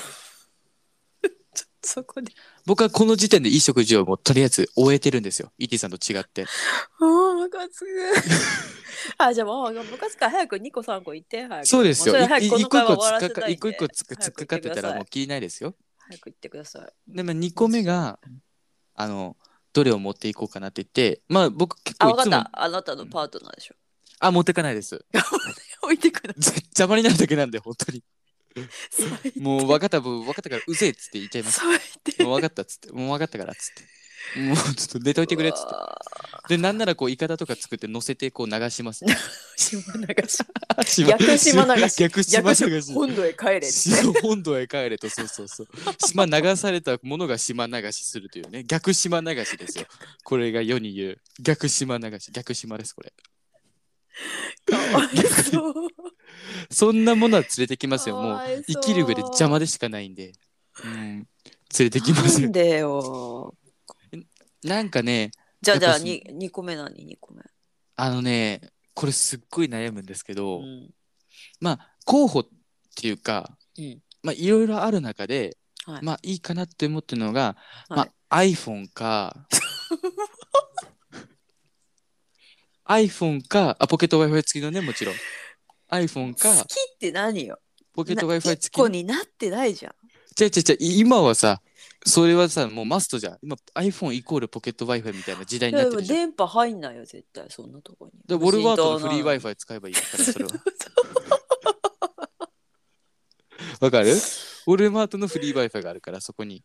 ょっとそこで。
僕はこの時点で衣食住をもうとりあえず終えてるんですよ ET さんと違って
ああ、ムカつく。 あ、じゃあもう、ムカつくから早く2個3個言って、早く。
そうですよ
も
い
それ早く
い
こ
一個
の会
一
話
個つ
終わ
っ
ら
か
せ
か
たいんで
一個一個つっか
早
つっ
く
かかってたらも
言
う切りないですよ
早く言ってください。
でまあ2個目があのどれを持っていこうかなって言ってまあ僕結構
あ、
い
わか
つ
っ
も
た。あなたのパートナーでしょ。
あ持ってかないです
置いてくだ
ぜ邪魔になるだけなんで本当に
さ い。
もう分かった分分かったからうぜえっつって言 っちゃいます
最低。
もう分かったっつって、もう分かったからっつって。もうちょっと寝といてくれっつって。で、なんならこう、イカダとか作って乗せてこう流し ます。
島流 し。
島
逆島流し。
逆島流
逆
し。
本土へ帰れって。
島本土へ帰れと、そうそうそう。島流されたものが島流しするというね、逆島流しですよ。これが世に言う、逆島流し、逆島です、これ。
か わい そう。
そんなものは連れてきますよ、もう。
う
生きる上で邪魔でしかないんで。うん、連れてきます
な
よ
ん。でよ。
なんかね、
じゃあ、じゃ
や
あ、
っぱその
に二個目何二個目。
あのね、これすっごい悩むんですけど、
うん。
まあ候補っていうか、
うん
まあいろいろある中で、
はい
まあいいかなって思ってるのが、
は
まあ iPhone か iPhone かあポケット Wi-Fi 付きのねもちろん iPhone
好き
か
って何よ。
ポケット
な
Wi-Fi
一
付き
個になってないじゃん。
違う違う違うい今はさそれはさもうマストじゃん今 iPhone イコールポケット Wi-Fi みたいな時代
い
にな
や
って
でも
るじゃん
電波入んないよ絶対そんなとこに。
でウォルワートのフリー
無人島な
Wi-Fi 使えばいいからそれはわかるウォルマートのフリー Wi-Fi があるから、そこに。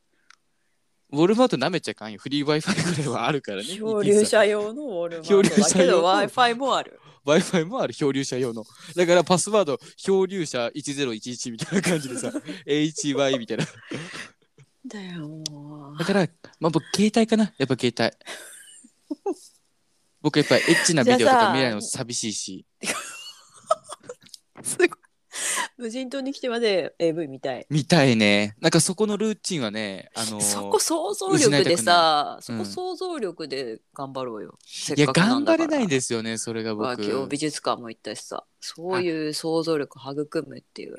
ウォルマート舐めちゃかんよ。フリー Wi-Fi ぐらいはあるからね。
漂流者用のウォル マ
漂
ー
流
トだ
者
け
用
ど
の
Wi-Fi もある。
Wi-Fi もある、漂流者用の。だからパスワード、漂流者1011みたいな感じ でさ、HY みたいな。
だよも
だから、まあ僕、携帯かな。やっぱ携帯。僕やっぱエッチなビデオと
じゃあ
か
さ
見られるの寂しいし。
う。すごい。無人島に来てまで AV 見たい。
見たいね。なんかそこのルーチンはね、あのー
そこ想像力でさ、
失いたくな
そ
いうん
こ想像力で頑張ろうよ。せ
い
っ
や、
かくな
頑
ん
張
だか
れ
ら
ないんですよね、それが
わあ
僕。
今日美術館も行ったしさ、そういう想像力育むっていう。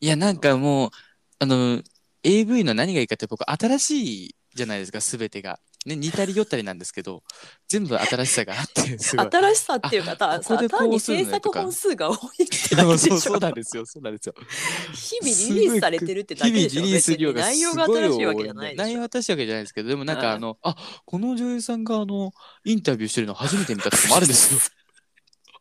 いや、なんかもう、あの、AV の何がいいかって僕、新しいじゃないですか、すべてが。ね、似たり寄ったりなんですけど、全部新しさがあって、すごい。
新しさっていうか、た
ここで
単
こ
に
うする
制
のよと
作
か
本数が多いってだけ
そう
でし
そ
ょ
うそう なんですよ、そうなんですよ。
日々リリースされてるってだけでし
日
ょ
々リリース量が
別に
す
内容が
ごい
新
多
しいわけ
い
じゃ
ん
な
で、
いで
内
し
容
ょ
は新しいわけじゃないですけど、でもなんか
うん
あの、あ、この女優さんがあの、インタビューしてるの初めて見たとかもあるん ですよ。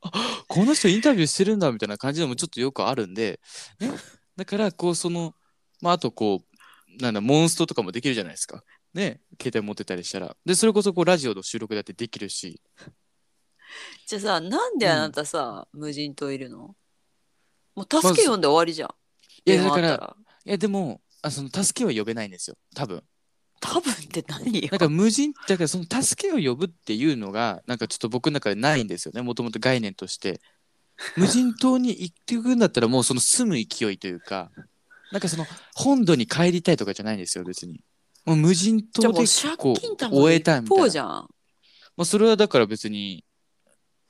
あ、この人インタビューしてるんだみたいな感じのもちょっとよくあるんで、ね、だからこうその、まああとこう、なんだ、モンストとかもできるじゃないですか。ね、携帯持ってたりしたら。で、それこそこうラジオの収録だってできるし、
じゃあさなんであなたさ、無人島いるのもう助け呼んで終わりじゃん、
いや
電
だ
話あ
か
った
らいやでもあその助けは呼べないんですよ多分
多分って何よ
なんか無人だからその助けを呼ぶっていうのがなんかちょっと僕の中でないんですよねもともと概念として無人島に行っていくんだったらもうその住む勢いというかなんかその本土に帰りたいとかじゃないんですよ別にもう無人
じゃ
島
あも
で
う借
こ
金た
う
ま
終えたいみたい
そう
な
じゃん
まあ、それはだから別に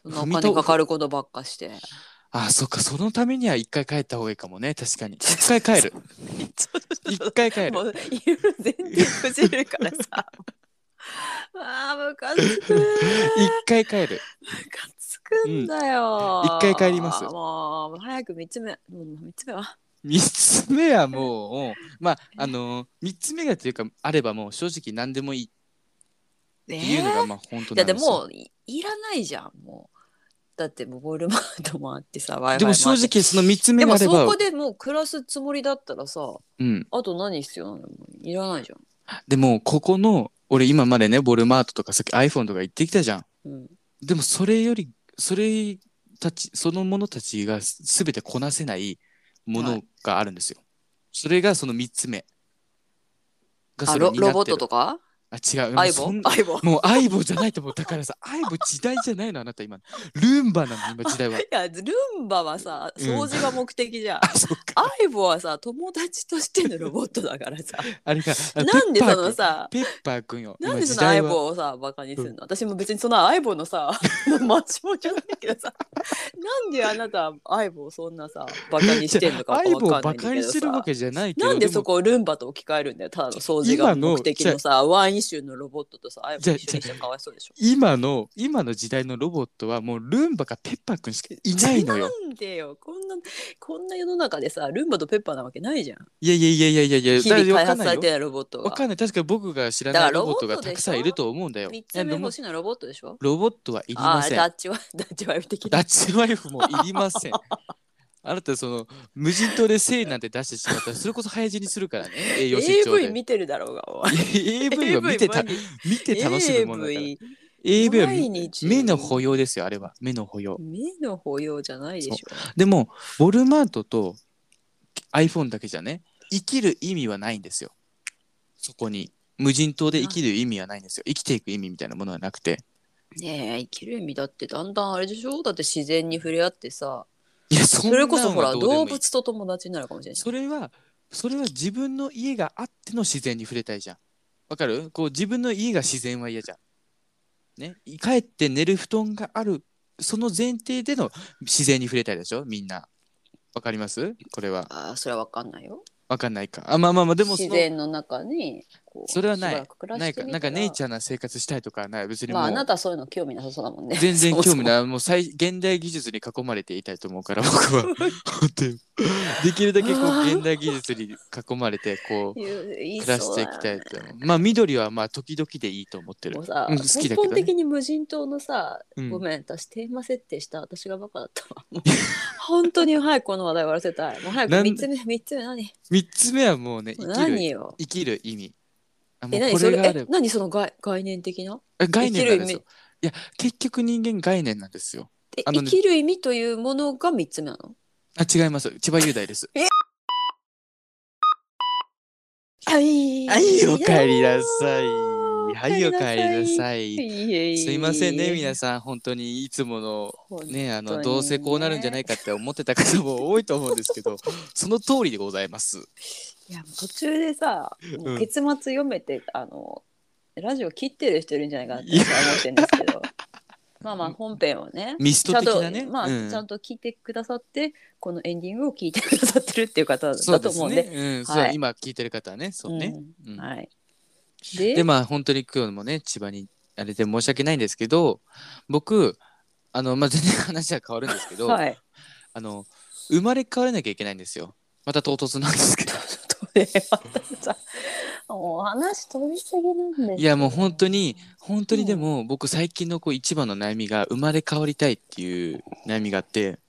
そんなお金かかることばっかして
あそっかそのためには一回帰った方がいいかもね確かに一回 帰る一回帰
も
る
ういろいろ全然崩れるからさ あームカつく
一回帰る
ムカつくんだよ、
うん一回帰ります
もう早く三つ目もう三つ目は
3つ目はもうまああの3つ目がというかあればもう正直何でもいい
え
っていうの
ー
がまあ本当
い
な
や
ん
で
ですよ。
もいいらないじゃんもうだってもうボールマートもあってさ w i
でも正直その3つ目
で
があ
も
れ
そ
ば
こ、でもう暮らすつもりだったらさ
うん、
あと何必要なのいらないじゃん、
でもここの俺今までねボルマートとかさっき iPhone とか行ってきたじゃん。
うん、
でもそれよりそれたちそのものたちが全てこなせないものがあるんですよ。それがその3つ目が
あ
それ
ロ
になってる。
ロボットとか
あ違う。
相
そ
棒
ん
相 棒
もう相棒じゃないと思う。だからさ、相棒時代じゃないの、あなた今。ルンバな の、今時代は。
いやルンバはさ
うん
掃除が目的じ ゃん、
あ、そっか。
アイボはさ友達としてのロボットだからさ
あれか。あ
なんで
ペッパー
そ
くん
のさ
ペッパーくんよ。
なんで
今
そ
時
のアイ
代
ボ
は
をさバカにするの、私も別にそのアイボのさ マシモじゃないけどさなんであなたアイボをそんなさバカにしてんのかわ
相棒を
か
バ
んな
カ
いんだ
に
け
す
ど
るわ
さ
けじゃないけど
なんで
も
そこをルンバと置き換えるんだよただの掃除が
今の
目的のさワイン臭のロボットとさアイボ
じゃ
一緒にしたらかわいそうでしょ
今の今の時代のロボットはもうルンバかペッパーくんしかいないのよ。
なんでよこんなこんな世の中でさルンバとペッパーなわけないじゃん
いやいやいやいやいやいや
日々
わ
開
かん
発
な
さ
い
れ
よ
てるロボット
わ
が
かんない確かに僕が知ら
だ
な
か
い
ら
ロボットが
ロボッ
た
トでし
く
ょ
さんいると思うんだよ。
3
いや
つ目
でも
欲しいのはロボットでしょ
ロボットはいり
あ
ま
あ
せん。
ダッチワイフダッチワイ フ的な
ダッチワイフもいりません。あなたその無人島で性なんて出してしまったらそれこそ早死にするからね栄養失調で
AV。見てるだろうがお前
AV は見てた
AV
見て楽しむものだから
AV
AV は
毎日
目の保養ですよあれは目の保養
目の保養じゃないでしょ
でもウォルマートと iPhone だけじゃね生きる意味はないんですよそこに無人島で生きる意味はないんですよ生きていく意味みたいなものはなくて
ねえ生きる意味だってだんだんあれでしょだって自然に触れ合ってさ
いやそ
そ
んなん
れ
は
こそほら
どうでも
動
いい
物と友達になるかもしれない
それはそれは自分の家があっての自然に触れたいじゃんわかるこう自分の家が自然は嫌じゃんね帰って寝る布団があるその前提での自然に触れたいでしょみんなわかりますこれは
ああそれは分かんないよ
わかんないかあまあまあまあでもそ
自
の
然の中にこう
それはない
しばらく暮ら
ない
して
か
みた
なん
ら
かネイチャーな生活したいとかはない別にも
まあ
う、
あなたそういうの興味なさそうだも んね
全然興味ない
い
もう最現代技術に囲まれていたいと思うから僕は本当にできるだけこ
うわ
う
ー
現代技術に囲まれてこう
暮
暮らしていきたいと思うまあ緑はまあ時々でいいと思ってる
もうさ、
うん好きだけど
根本
ね
的に無人島のさ、
うん
ごめん私テーマ設定した私がバカだったわもう 本当に早くこの話題終わらせたいもう早く
なん
3つ目3つ目何
3つ目はもうね生きる
何よ
生きる意味あも
え
う
何
こ
そ
れ
れ
があ
え
れば
何その概概念的な
え概念なんです
生きる意
よい
味
や結局人間概念なんですよ
で
あのね
生きる意味というものが3つ目なの
あ違います千葉雄大 です
はい
はいお帰りなさい
ー
はいお帰りなさい
い
すいませんね皆
さ
さん本当にいつもの
ん
ねあ
本当に
の
ね
どうせこうなるんじゃないかって思ってた方も多いと思うんですけどその通りでございます。
いやもう途中でさ、もううん結末読めてあのラジオ切ってる人いるんじゃないかなって私は思ってるんですけどまあまあ本編をね
ミス
ち
ト
ゃん
的
と、
なね。
まあ、
うん
ちゃんと聞いてくださってこのエンディングを聞いてくださってるっていう方
そう
だと
です
思うん
ね
で。
うん、そう
はい
今聞いてる方はね、そうね。うん
うんはい、で
でまあ本当に今日もね千葉にあれで申し訳ないんですけど、僕あのまあ全然話は変わるんですけど、
はい、
あの生まれ変わらなきゃいけないんですよ。また唐突なんですけど。
で私さもう話飛びすぎなんですけど
いやもう本当に本当にでも僕最近のこう一番の悩みが生まれ変わりたいっていう悩みがあって。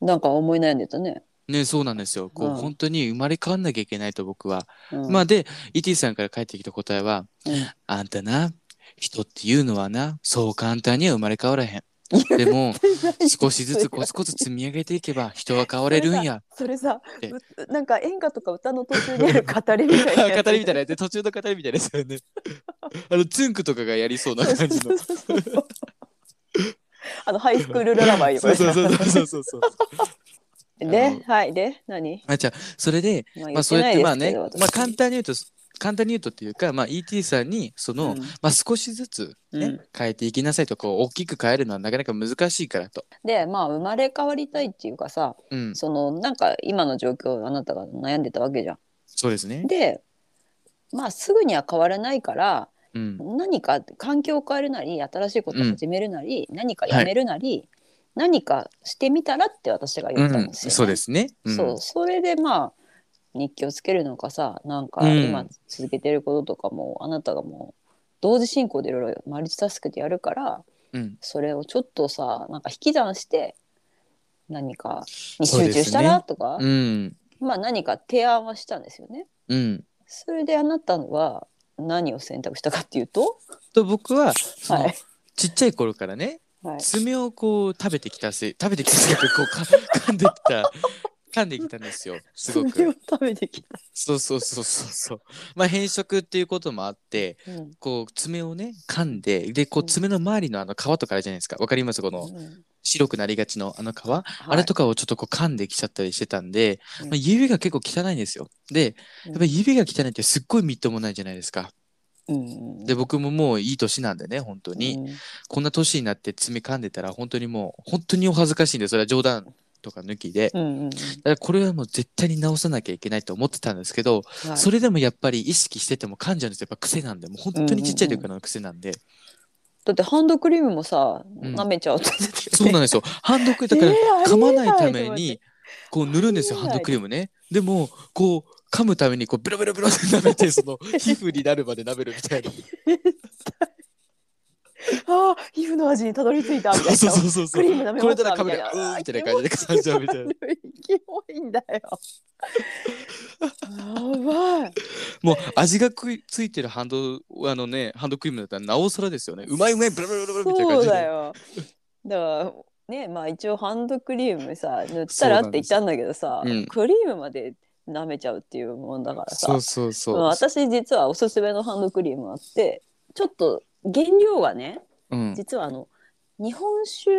なんか思い悩んでたね、
ね、そうなんですよ。こう、
うん
本当に生まれ変わんなきゃいけないと僕は。
うん
まあで、イティさんから返ってきた答えは、
うん
あんたな、人っていうのはな、そう簡単には生まれ変わらへん。で も、少しずつコツコツ積み上げていけば人は変われるんや。
それさ
え
うなんか演歌とか歌の途中にある語りみ たいなや つ
語りみたいなやつ、途中の語りみたいなやつだよね。 あの、ツンクとかがやりそうな感じ の。
そうそうそうそうあのハイスクールララバイとか
そ
ね
うそうそうそうそうそう。
ではいで何
あじゃあそれで、
まあ
まあ、そうやってまあね、まあ、簡
単
単に言うと簡単に言うとっていうか、まあ、ET さんにその、まあ、少しずつ、ね
うん
変えていきなさいとこう大きく変えるのはなかなか難しいからと。
でまあ生まれ変わりたいっていうかさ
うん、
そのなんか今の状況あなたが悩んでたわけじゃ
そうですね
ん。。でまあすぐには変わらないから
うん、
何か環境を変えるなり新しいことを始めるなり、何かやめるなり、何かしてみたらって私が
う
言ったん
ん、
ですよ、ね
そうですね。うん、
そうそれでまあ日記をつけるのかさなんか
うん
今続けてることとかも、あなたがもう同時進行でいろいろマルチタスクでやるから
うん、
それをちょっとさなんか引き算して何かに
そうで
集
すね
中したらとか、
うん、
まあ何か提案はしたんですよね。
うん。
それであなたは何を選択したかっていうと、
と僕はその、
はい
ちっちゃい頃からね
はい、
爪をこう食べてきたせい食べてきたせいでこうか 噛んできた噛んできたんですよすご
爪を
く。
食べてきた。
そうそうそうそうそう。まあ変色っていうこともあって、
うん
こう爪をね噛んででこう
うん
爪の周りのあの皮とかあるじゃないですかわかりますこの
うん
白くなりがちのあの皮、
はい
あれとかをちょっとこう噛んできちゃったりしてたんで、
うん
まあ、指が結構汚いんですよで
う
や
ん
っぱり指が汚いってすっごいみっともないじゃないですか
うん
で僕ももういい年なんでね本当に、
うん
こんな年になって爪噛んでたら本当にもう本当にお恥ずかしいんでそれは冗談とか抜きで。
うんうん
だからこれはもう絶対に直さなきゃいけないと思ってたんですけど、
はい
それでもやっぱり意識してても噛んじゃうんですよやっぱ癖なんでもう本当にちっちゃい時からの癖なんで、
だってハンドクリームもさ、
うん
舐めちゃうって言ってた
そう
よね
なんですよ。ハンドクリームだか
え
ら
ー
噛まないた
ありえ
め
ない
にこう塗るんですよ
あ
ハ
り
ン
えない
ドクリームね。でもこう噛むためにこうベロベロベロって舐 めてその皮膚になるまで舐めるみたいな。
ああ皮膚の味にたどり着いたみたいな
そうそうそうそ
ク
う。
リーム舐め
こ
ま
れ
した
たら
み
噛む
たい
から
な
うーんみたいな感じで感じはみたいな。
悪いキモいんだよやばい
もう味がくいついてるハンドあのねハンドクリームだったらなおさらですよね。うまいうまいブラブラブラブラみたいな
そ
感
う
じ
だ
で。
よだからねまあ一応ハンドクリームさ塗ったらって言ったんだけど
そ
さ、
うなんです
クリームまで舐めちゃうっていうもんだからさ
そうそう
まあ
そう。
私実はおすすめのハンドクリームあってちょっと原料はね
うん。
実はあの日本酒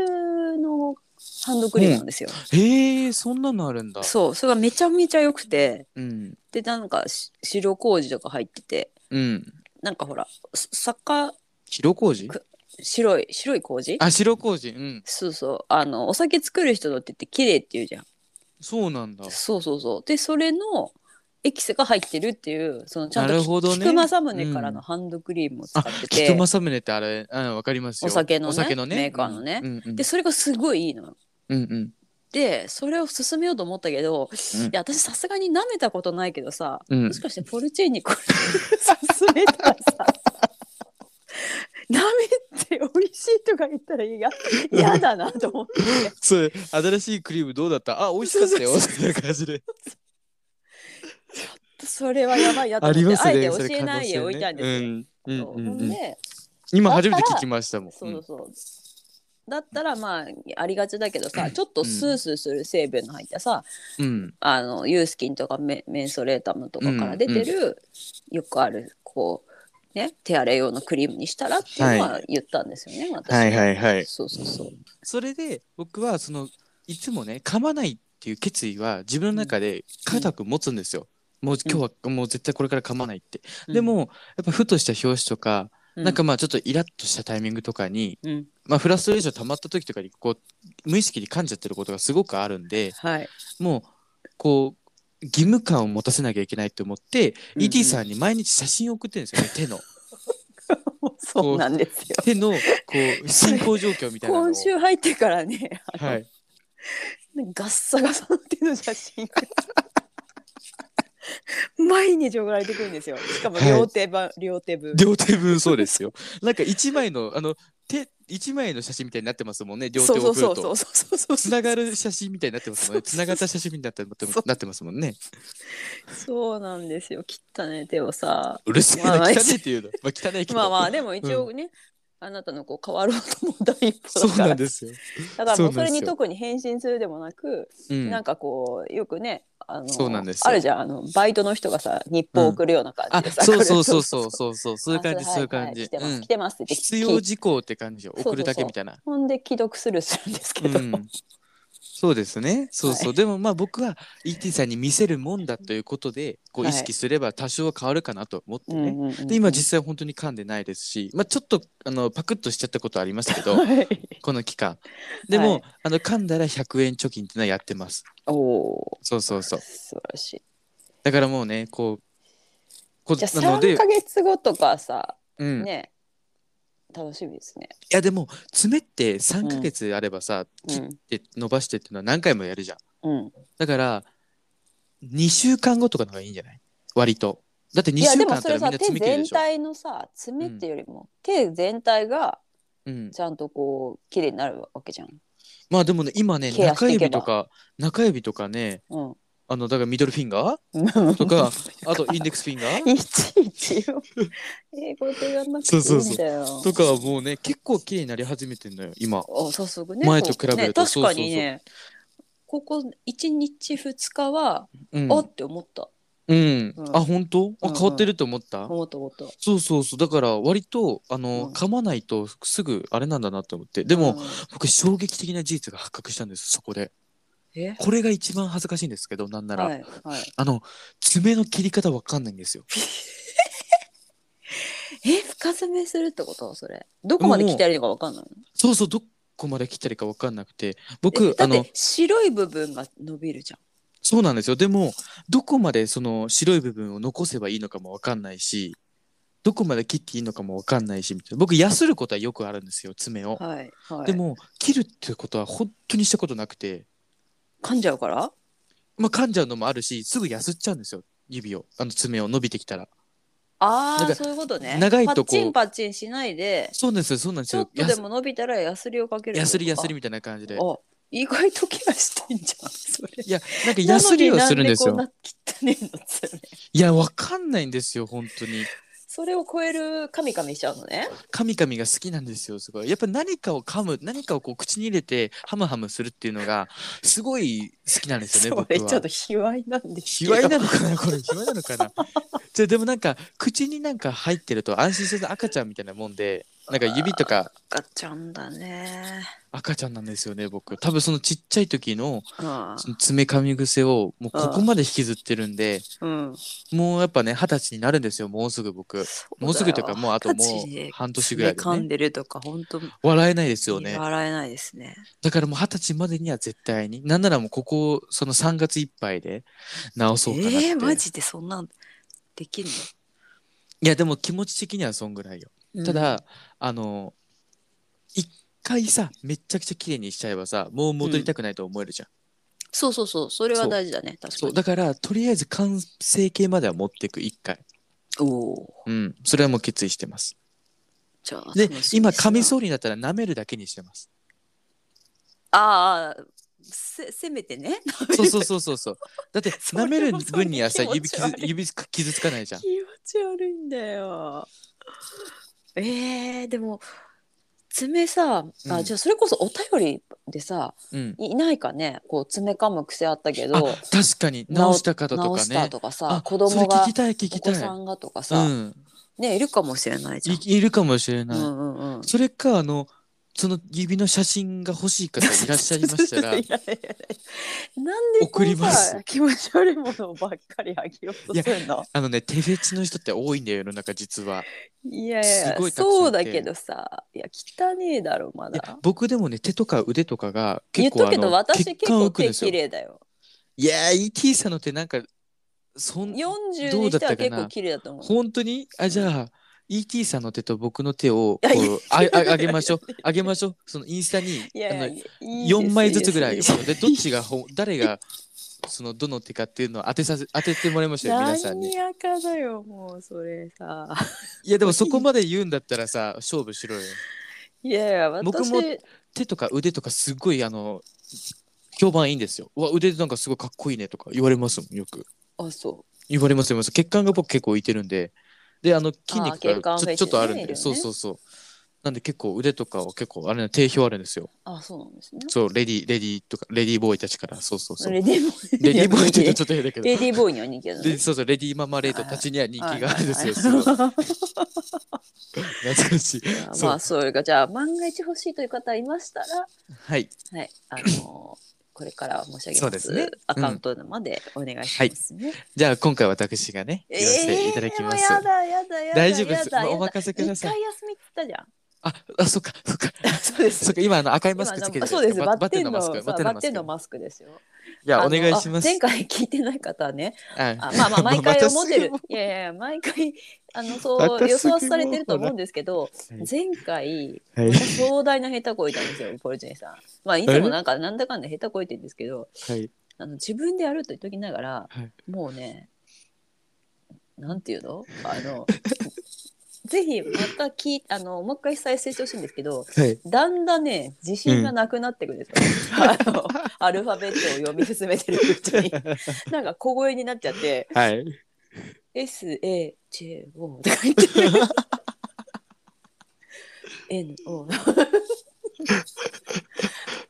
のハンドクリームなんですよ、
へえそんなのあるんだ。
そうそれがめちゃめちゃ良くて
うん
でなんかし白麹とか入ってて
うん。
なんかほらす酒
白麹？
く白い白い麹
あ白麹。うん。
そうそうあのお酒作る人のって言って綺麗って言うじゃん
そうなんだ。
そうそうそうでそれのエキスが入ってるっていうそのちゃん
な
と
るほどね
菊正宗からのハンドクリームを使ってて、
菊正宗ってあれ、うん、わかりますよ。
お酒のね
お酒のね。
メーカーのね
うんうん、
でそれがすごいいいのよ
うんうん。
でそれを勧めようと思ったけど、
うん
いや私さすがに舐めたことないけどさ、
うん
もしかしてポルチーニこれ 勧 めたらさ舐めて美味しいとか言ったら嫌嫌だなと思って
それ、新しいクリームどうだったあ、美味しかったよ。み
そう
たいな感じで。
それはやばいなと
あ
思
り
っ
ま
てあ
す
え
ね。
て
そ
教
れ
えないで
可能性ね
置いたんですよ。
うん
そう
うんうん
ほ
うんん
で
今初めて聞きましたもん。
そうそうだったらまあありがちだけどさちょっとスースーする成分の入ったさ、
うん。
あのユースキンとかメメンソレータムとかから出てる、よくあるこうね手洗い用のクリームにしたらっていうのは言ったんですよね、私
はいはいはい。
そうそうそう
それで、僕は、その、いつもね、噛まないっていう決意は自分の中で固く持つんですよ。もう今日はもう絶対これから噛まないって、で、もやっぱふとした表紙とか、
う
なんか、まあちょっとイラッとしたタイミングとかに
うん、
まあ、フラストレーション溜まった時とかにこう無意識に噛んじゃってることがすごくあるんで
はい、
もうこう義務感を持たせなきゃいけないと思って、
うんうん
ET さんに毎日写真を送ってるんですよね手の
そうなんですよ
手のこう進行状況みたいなのを
今週入ってからねあの
はい、
ガッサガサの手の写真が毎日送られてくるんですよしかも両手ば、両手分
両手分そうですよなんか一枚のあの手一枚の写真みたいになってますもんね両手を
そう
送る
そうそ
と
うそうそう
つ
そう
ながる写真みたいになってますもんねつながった写真みたいになって
そう
なってますもんね
そうなんですよ切ったね手をさ
うるせえな
まあ
汚いっていうの、まあ、汚いけど
まあまあでも一応ね、あなたのこう変わろうとも第一歩
そ
だ
う
から
なんですよ。
だからもう
そうなん
そ
で
れ
すよ
に特に返信するでもなく、
うん、
なんかこうよくねあの
そうなんですよ
あるじゃんあのバイトの人がさ日報送るような感
あ
じでさ、
そうそうそう
う
そうそうそうそういう感じそういう感じ
来。てま
う
す、
ん
来てますって言って
必要事項って感じを
そうそう
送るだけみたいな。
ほんで既読スルーするんですけ
う
ど、
ん、そうですねそうそう、でもまあ僕は ET さんに見せるもんだということでこう
は
意
い
識すれば多少は変わるかなと思って
う
ね、
んうんうん
で 今実際本当に噛んでないですし、まあ、ちょっとあのパクッとしちゃったことありますけど
はい
この期間でも、
はい
あの噛んだら100円貯金ってのはやってます
おお
そうそうそう
素晴らしい
だからもうねこうこ
じゃあ
なので
3か月後とかさ、
うん、
ね楽しみですね、
いやでも爪って3ヶ月あればさ、切っ
う
て伸ばしてっていうのは何回もやるじゃん
んうん、
だから2週間後とかの方がいいんじゃない割とだって2
い
週
やで
間あ
も
った
そ
ら
れ
みん
さ
な
手
爪切れるで
全
しょ、
体のさ爪っていうよりも、手全体が
うん、
ちゃんとこう綺麗になるわけじゃん、
まあでもね今ね
ケアし
中
ていけ
指
ば
とか中指とかね
うん、
あのだからミドルフィンガーと
と
かあとインデックスフィンガー
いちいちよ英語でやんなくていいんだ よ。
とかはもうね結構綺麗になり始めてんのよ今
あ早速ね
前と比べると
こうね確かにねここ1日2日は、
うん、
あって思った
うん
うん
あ本当
うん
あ
うん
変わってると思った、
思った思った。
そうそうそうだから割とあの、
うん
噛まないとすぐあれなんだなと思ってでも、
うん、
僕衝撃的な事実が発覚したんですそこで
え
これが一番恥ずかしいんですけどなんなら、
はいはい、
あの爪の切り方わかんないんですよ
え深爪するってことそれどこまで来てやるのかわかんないの
そうそうどこまで切ったらいいかわかんなくて
え
僕あ
だっ
の
て白い部分が伸びるじゃん。
そうなんですよでもどこまでその白い部分を残せばいいのかもわかんないしどこまで切っていいのかもわかんないしみたいな僕やすることはよくあるんですよ爪を、
はいはい、
でも切るってことは本当にしたことなくて、
噛んじゃうから
まあ、噛んじゃうのもあるしすぐやすっちゃうんですよ指をあの爪を伸びてきたら
あ
なん
あ
か
そういうことね。
長いとこう
パッチンパッチンしないで
そうなんですよそうなんです
ちょ
よ
っとでも伸びたらヤスリをかける
やすりやすり
み
みたいな感じで
あ意外とケアしてんじゃんそれ
いやなんかやすりをするんです
な
よ
のになんでこんな汚ねえの爪
いやわかんないんですよ本当に
それを超えるカミカミしちゃうのね
神々が好きなんですよすごいやっぱ何かを噛む何かをこう口に入れてハムハムするっていうのがすごい好きなんですよね
そ
僕
れちょっ
は
と。卑猥なんです
卑
けど
猥なのかなこれ卑猥なのかなじゃあでもなんか口になんか入ってると安心する赤ちゃんみたいなもんでなんか指とか
赤ちゃんだね
赤ちゃんなんですよね僕多分そのちっちゃい時の
うん
その爪噛み癖をもうここまで引きずってるんで
うん
もうやっぱね二十歳になるんですよもうすぐ僕もうすぐというかもうあとも
二十歳で
う半年ぐらいで、
噛ん
ね、
でるとか本当に
笑えないですよね
笑えないですね
だからもう二十歳までには絶対に。なんならもうここ、その3月いっぱいで直そうかなって。
えー、マジでそんなんできる
いや、でも気持ち的にはそんぐらいよ。
の
ただ、あの、一回さ、めっちゃくちゃ綺麗にしちゃえばさ、もう戻りたくないと思えるじゃん。
そうそうそうそれは大事だね確か
そう、
に
だから、とりあえず完成形までは持っていく、一回。
おおー
うん、それはもう決意してます。
じゃあ
で
楽し、み
今、
すな
噛みそうになったら舐めるだけにしてます。
ああせせめてね
そうそうそうそうそう。だって、
それ
舐
も
める分にはさ、
それ気
指
持ち
傷
悪い
指傷つかないじゃん。
気持ち悪いんだよえー、でも爪さあ、
うん
じゃあそれこそお便りでさ
うん。
いいないかねこう爪噛む癖あったけど
あ確かに直した方と
直
か
し
ね
たとか
あ
さ子供
それ
が
聞きたい聞き
お
た
子
い
さんがとかさ、
うん
ねいるかもしれないじゃん。
いいるかもしれ
う
ない、
んうんうん、
それかあのその指の写真が欲しい 方いらっしゃいましたら
い
い
やいやいやなんでこ
送り
う
ます
さ気持ち悪いものばっかりあげようとするの
あのね手フェチの人って多いんだよ世の中実はい
やいや
すごいたくさんいて
そうだけどさいや汚ねえだろま
いや
だ
僕でもね手とか腕とかが
言
結構
っと
あ
く
の
けど私
血
結
管
構
浮くん
手
ですよ
綺麗だよ
いやー ET さんの手なんかそん
40
どう
に
だ
し
ってたかな
は結構綺麗だと思う
本当にあじゃあ ET さんの手と僕の手をこ
いや
うあああげましょうあげましょうそのインスタに
いやい
あの
やいいです
4枚ずつぐらい
い
で
です
どっちがほ誰がそのどの手かっていうのを当てさせ当ててもらいましたよ皆さん
何
に
やかだよもうそれさ
いやでもそこまで言うんだったらさ勝負しろよ
いやいや
僕
私
も手とか腕とかすごいあの評判いいんですようわ腕なんかすごいかっこいいねとか言われますもんよく
あそ
言われます言われます血管が僕結構浮いてるんでであの筋
あー血
肉が
管
ち
フェ
ょ
チ
ちょっとあるんで
ねいるよね
そうそうそうなんで結構腕とかを結構あれね定評あるんですよ
あ、そうなんですね。
そうレディレディとかレディーボーイたちからそうそうそうレ
レディーボーイ。
ディーボーイって言うとちょっと変だけど
レディーボーイには人気なのね
でそうそうレディーママレードたちには人気があるんですよす
は
ご
い
い
はいはい
懐かしい そう
まあ、それが、じゃあ、万が一欲しいという方いましたら、
はい
はい、あのーこれから申し上げ
そう
ま
です
す
ね
アカウントまでお願いしますね。
じゃあ今回私がね言わせていただきます、
えーもうやだやだやだ
大丈夫です
やだやだ
もうお任せください
一回休みって言ったじ
ああそっかそっか
ゃん。そう で
そっか今あの赤い
今
マスクつけて
あ
る
そうです。
バ
バ
バッ
ッ
テン
テン
の
の
マス
そ
ク
う
バ
バ
ッテンの
ッ
マスク
テンのマスクですよ。
じゃあ
の
お願いします
あ前回聞いてない方はね、
はい
あまあまあ毎回思ってる
ま。
いやいや毎回 あのそう予
私も
想されてると思うんですけ
ほ
ど
ら、
前回
たはい
また壮大な下手こいたんで すよポルチェンさん。まあいつもなんかなんだかんだ下手こいてるんですけど、
はい
あの自分でやると言っときながら、
はい
もうねなんていうのあの ぜひまた聞いあのもう一回再生してほしいんですけど
はい
だんだんね自信がなくなってくるん ですよ、あのアルファベットを読み進めてるうちに なんか小声になっちゃって
はい
「SAJO」とか言って。NO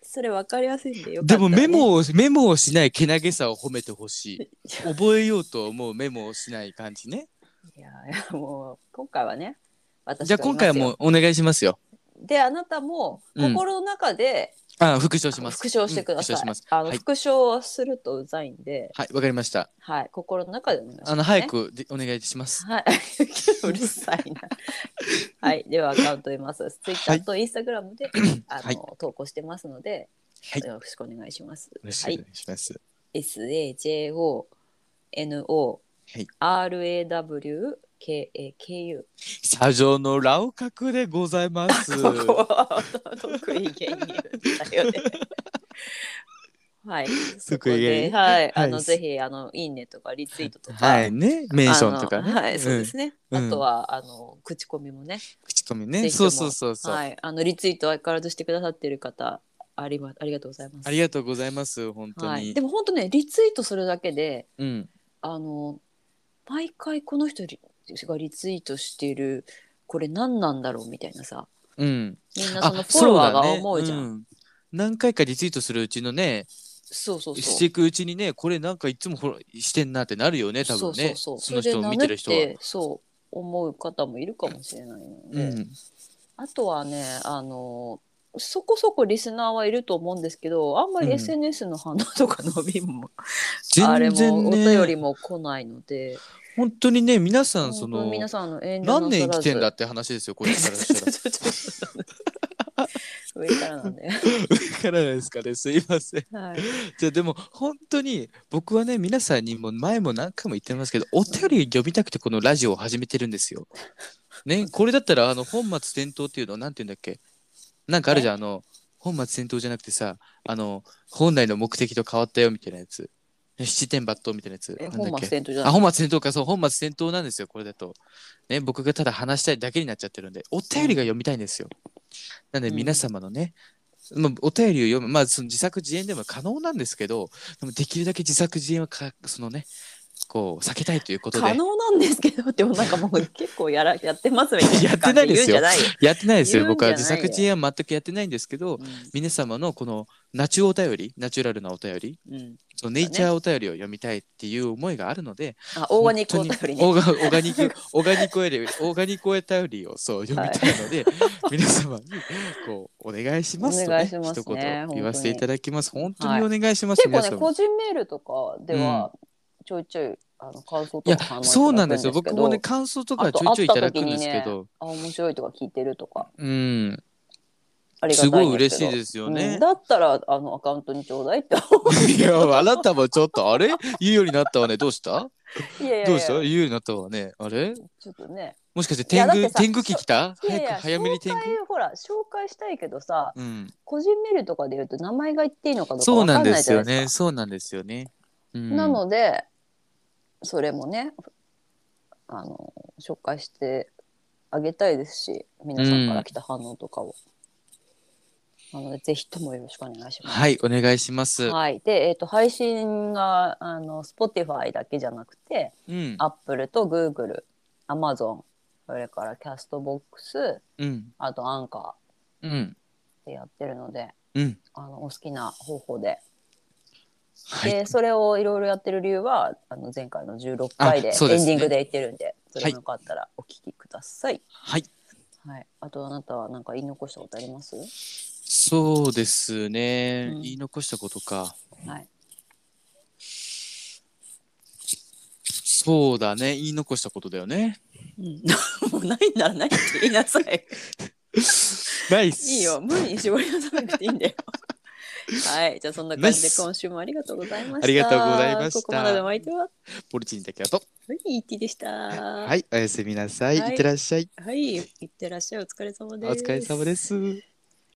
それ分かりやすいんでよかった
で
らね、
もメモをメモをしないけなげさを褒めてほしい覚えようと思うメモをしない感じね
いやいやもう今回はね私
じゃあ
がい
今
ます
回
よ
はもうお願いしますよ
であなたも
うん
心の中で
あ復唱します
復唱してください、
うん復唱します
あの
はい
復唱はするとうざいんで、
はいわかりました
はい、心の中でお願いします、ね、
あの早くでお願いします
はい うるさいなはいではアカウントいますツイッターとインスタグラムで、あの、
はい
投稿してますので、
はい
よろしくお願いします
よろしくお
は
願
い
いします
SAJONO RAWKAKU
車上のラオカクでございま す
ここは得意げに言ったよね。はい。そこ
得意げ
で、
に
はい、あの、
はい
ぜひ、あの、いいねとか、リツイートとか。
はいねメンションとか
あ
ね
のはい、そうですね。
うん
あとは、あの、口コミもね。
うん口コミ
ぜ
ね
ひと
そ
も
うそうそうそう
はい、あの、リツイート相変わらずしてくださってる方、ありま、ありがとうございます。
ありがとうございます本当
はい。
に
でも、本当ね、リツイートするだけで、
うん
あの、毎回この人リがリツイートしている。これ、何なんだろうみたいなさ。
うん
みんな、その
あ
フォロワーが
そうだね
思うじゃん。
ん何回かリツイートするうちのね
そうそうそう。
していくうちにねこれなんかいつもほらしてんなってなるよね多分ね
そうそうそう
の人を見てる人は
それで何ってそう思う方もいるかもしれないの
う
で、
ん
あとはねあのそこそこリスナーはいると思うんですけどあんま
うん
り SNS の反応とか伸びも、あれ
全然
もお便り
ね
も来ないので、
本当にね皆さんそ
本当に
の
皆さんあの遠慮なさら
何
ず
年生きてんだって話ですよこれからしたら
上からなんで、
上からですかねすいません
はい、
じゃあでも本当に僕はね皆さんにも前も何回も言ってますけどお便り読みたくてこのラジオを始めてるんですよ。ねこれだったらあの本末転倒っていうのは何て言うんだっけなんかあるじゃんあの本末転倒じゃなくてさあの本来の目的と変わったよみたいなやつ七点抜刀みたいなやつ
え
なん
本
だっ
末
け
転倒じゃ
あ
ない
本末転倒かそう本末転倒なんですよこれだと。ね僕がただ話したいだけになっちゃってるんでお便りが読みたいんですよ。なんで
うん
皆様のね、まあ、お便りを読む、まあ、その自作自演でも可能なんですけど、でもできるだけ自作自演はか、そのね、こう、避けたいということ
可
で、
能なんですけどでもなんかもう結構やらやってますみたいな感じで言うんじゃないよ。
やってないですよ。
言うん
僕
じゃ
は
ない
自
よ
作自演は全くやってないんですけど、皆様のこのナチュお便り、ナチュラルなお便り、
うんうん
そのネイチャーお便りを読みたいっていう思いがあるので、
あオーガニックお便りね。
本当にオーガオーガニック、オーガニックお便り、オーガニックお便りをそう読みたいので、皆様にこうお願いしますと、
お願
ね
いしますね
一言言わせていただきます。本当
は
に
い
お願いします、
結構
皆
ね
様
個人メールとかではちょいちょい、あの感想
い
と
や
か反応いただくんですけど
そうなんですよ僕もね感想とかはちょいちょいいただくんですけ
あと会った時
ど、
あ面白いとか聞いてるとか
うん
ありがた
す
いん
ごい嬉しい
す
ですよ
よ
ね。
だったらあのアカウントにちょうだいって思
いやあなたもちょっとあれ言うようになったわねどうした
ういやいやいや
どうした言うようになったわねあれ
ちょっとね
もしかして
い
天
やだっ
狗
てさ
天狗期来た
いやい
早
や
く早めに天
紹
狗
介ほら紹介したいけどさ
うん
個人メールとかで言うと名前が言っていいのかどうか
そう
わ
な
か
ん
んな
で
い
す
じ
よ
ゃないで
ね
す
そうなんですよね。
か
うん
なのでそれもねあの紹介してあげたいですし皆さんから来た反応とかを、なのでぜひともよろしくお願いします。
はいお願いします。
はい、で、えっと配信があの Spotify だけじゃなくて
うん
Apple と Google、Amazon、それからキャストボックス
うん。
あとアンカ
うん。
ーでやってるので
うん。
あのお好きな方法で
はい。
でそれをいろいろやってる理由はあの前回の16回でエ
あ
ン
そうですね
ディングで言ってるんでそ
は
れ
い
もよかったらお聞きください。
はい。
はい、あとあなたは何か言い残したことあります
そうですね。
うん
言い残したことか。
はい。
そうだね。言い残したことだよね。
もうないならないって言いなさ い。
ナイス。
いいよ、無理に絞り出さなくていいんだよ。はい、じゃあそんな
ナ
感
イ
じで
ス
今週もありがとうございました。
ありがとうございました
ここまでのお相手は、
ポリチンだけだと。
はい、ET でした。は、
はいい。おやすみなさい。
はい
いってらっしゃい。
はい、いってらっしゃい、お疲れ様
お
です。
疲れ様です。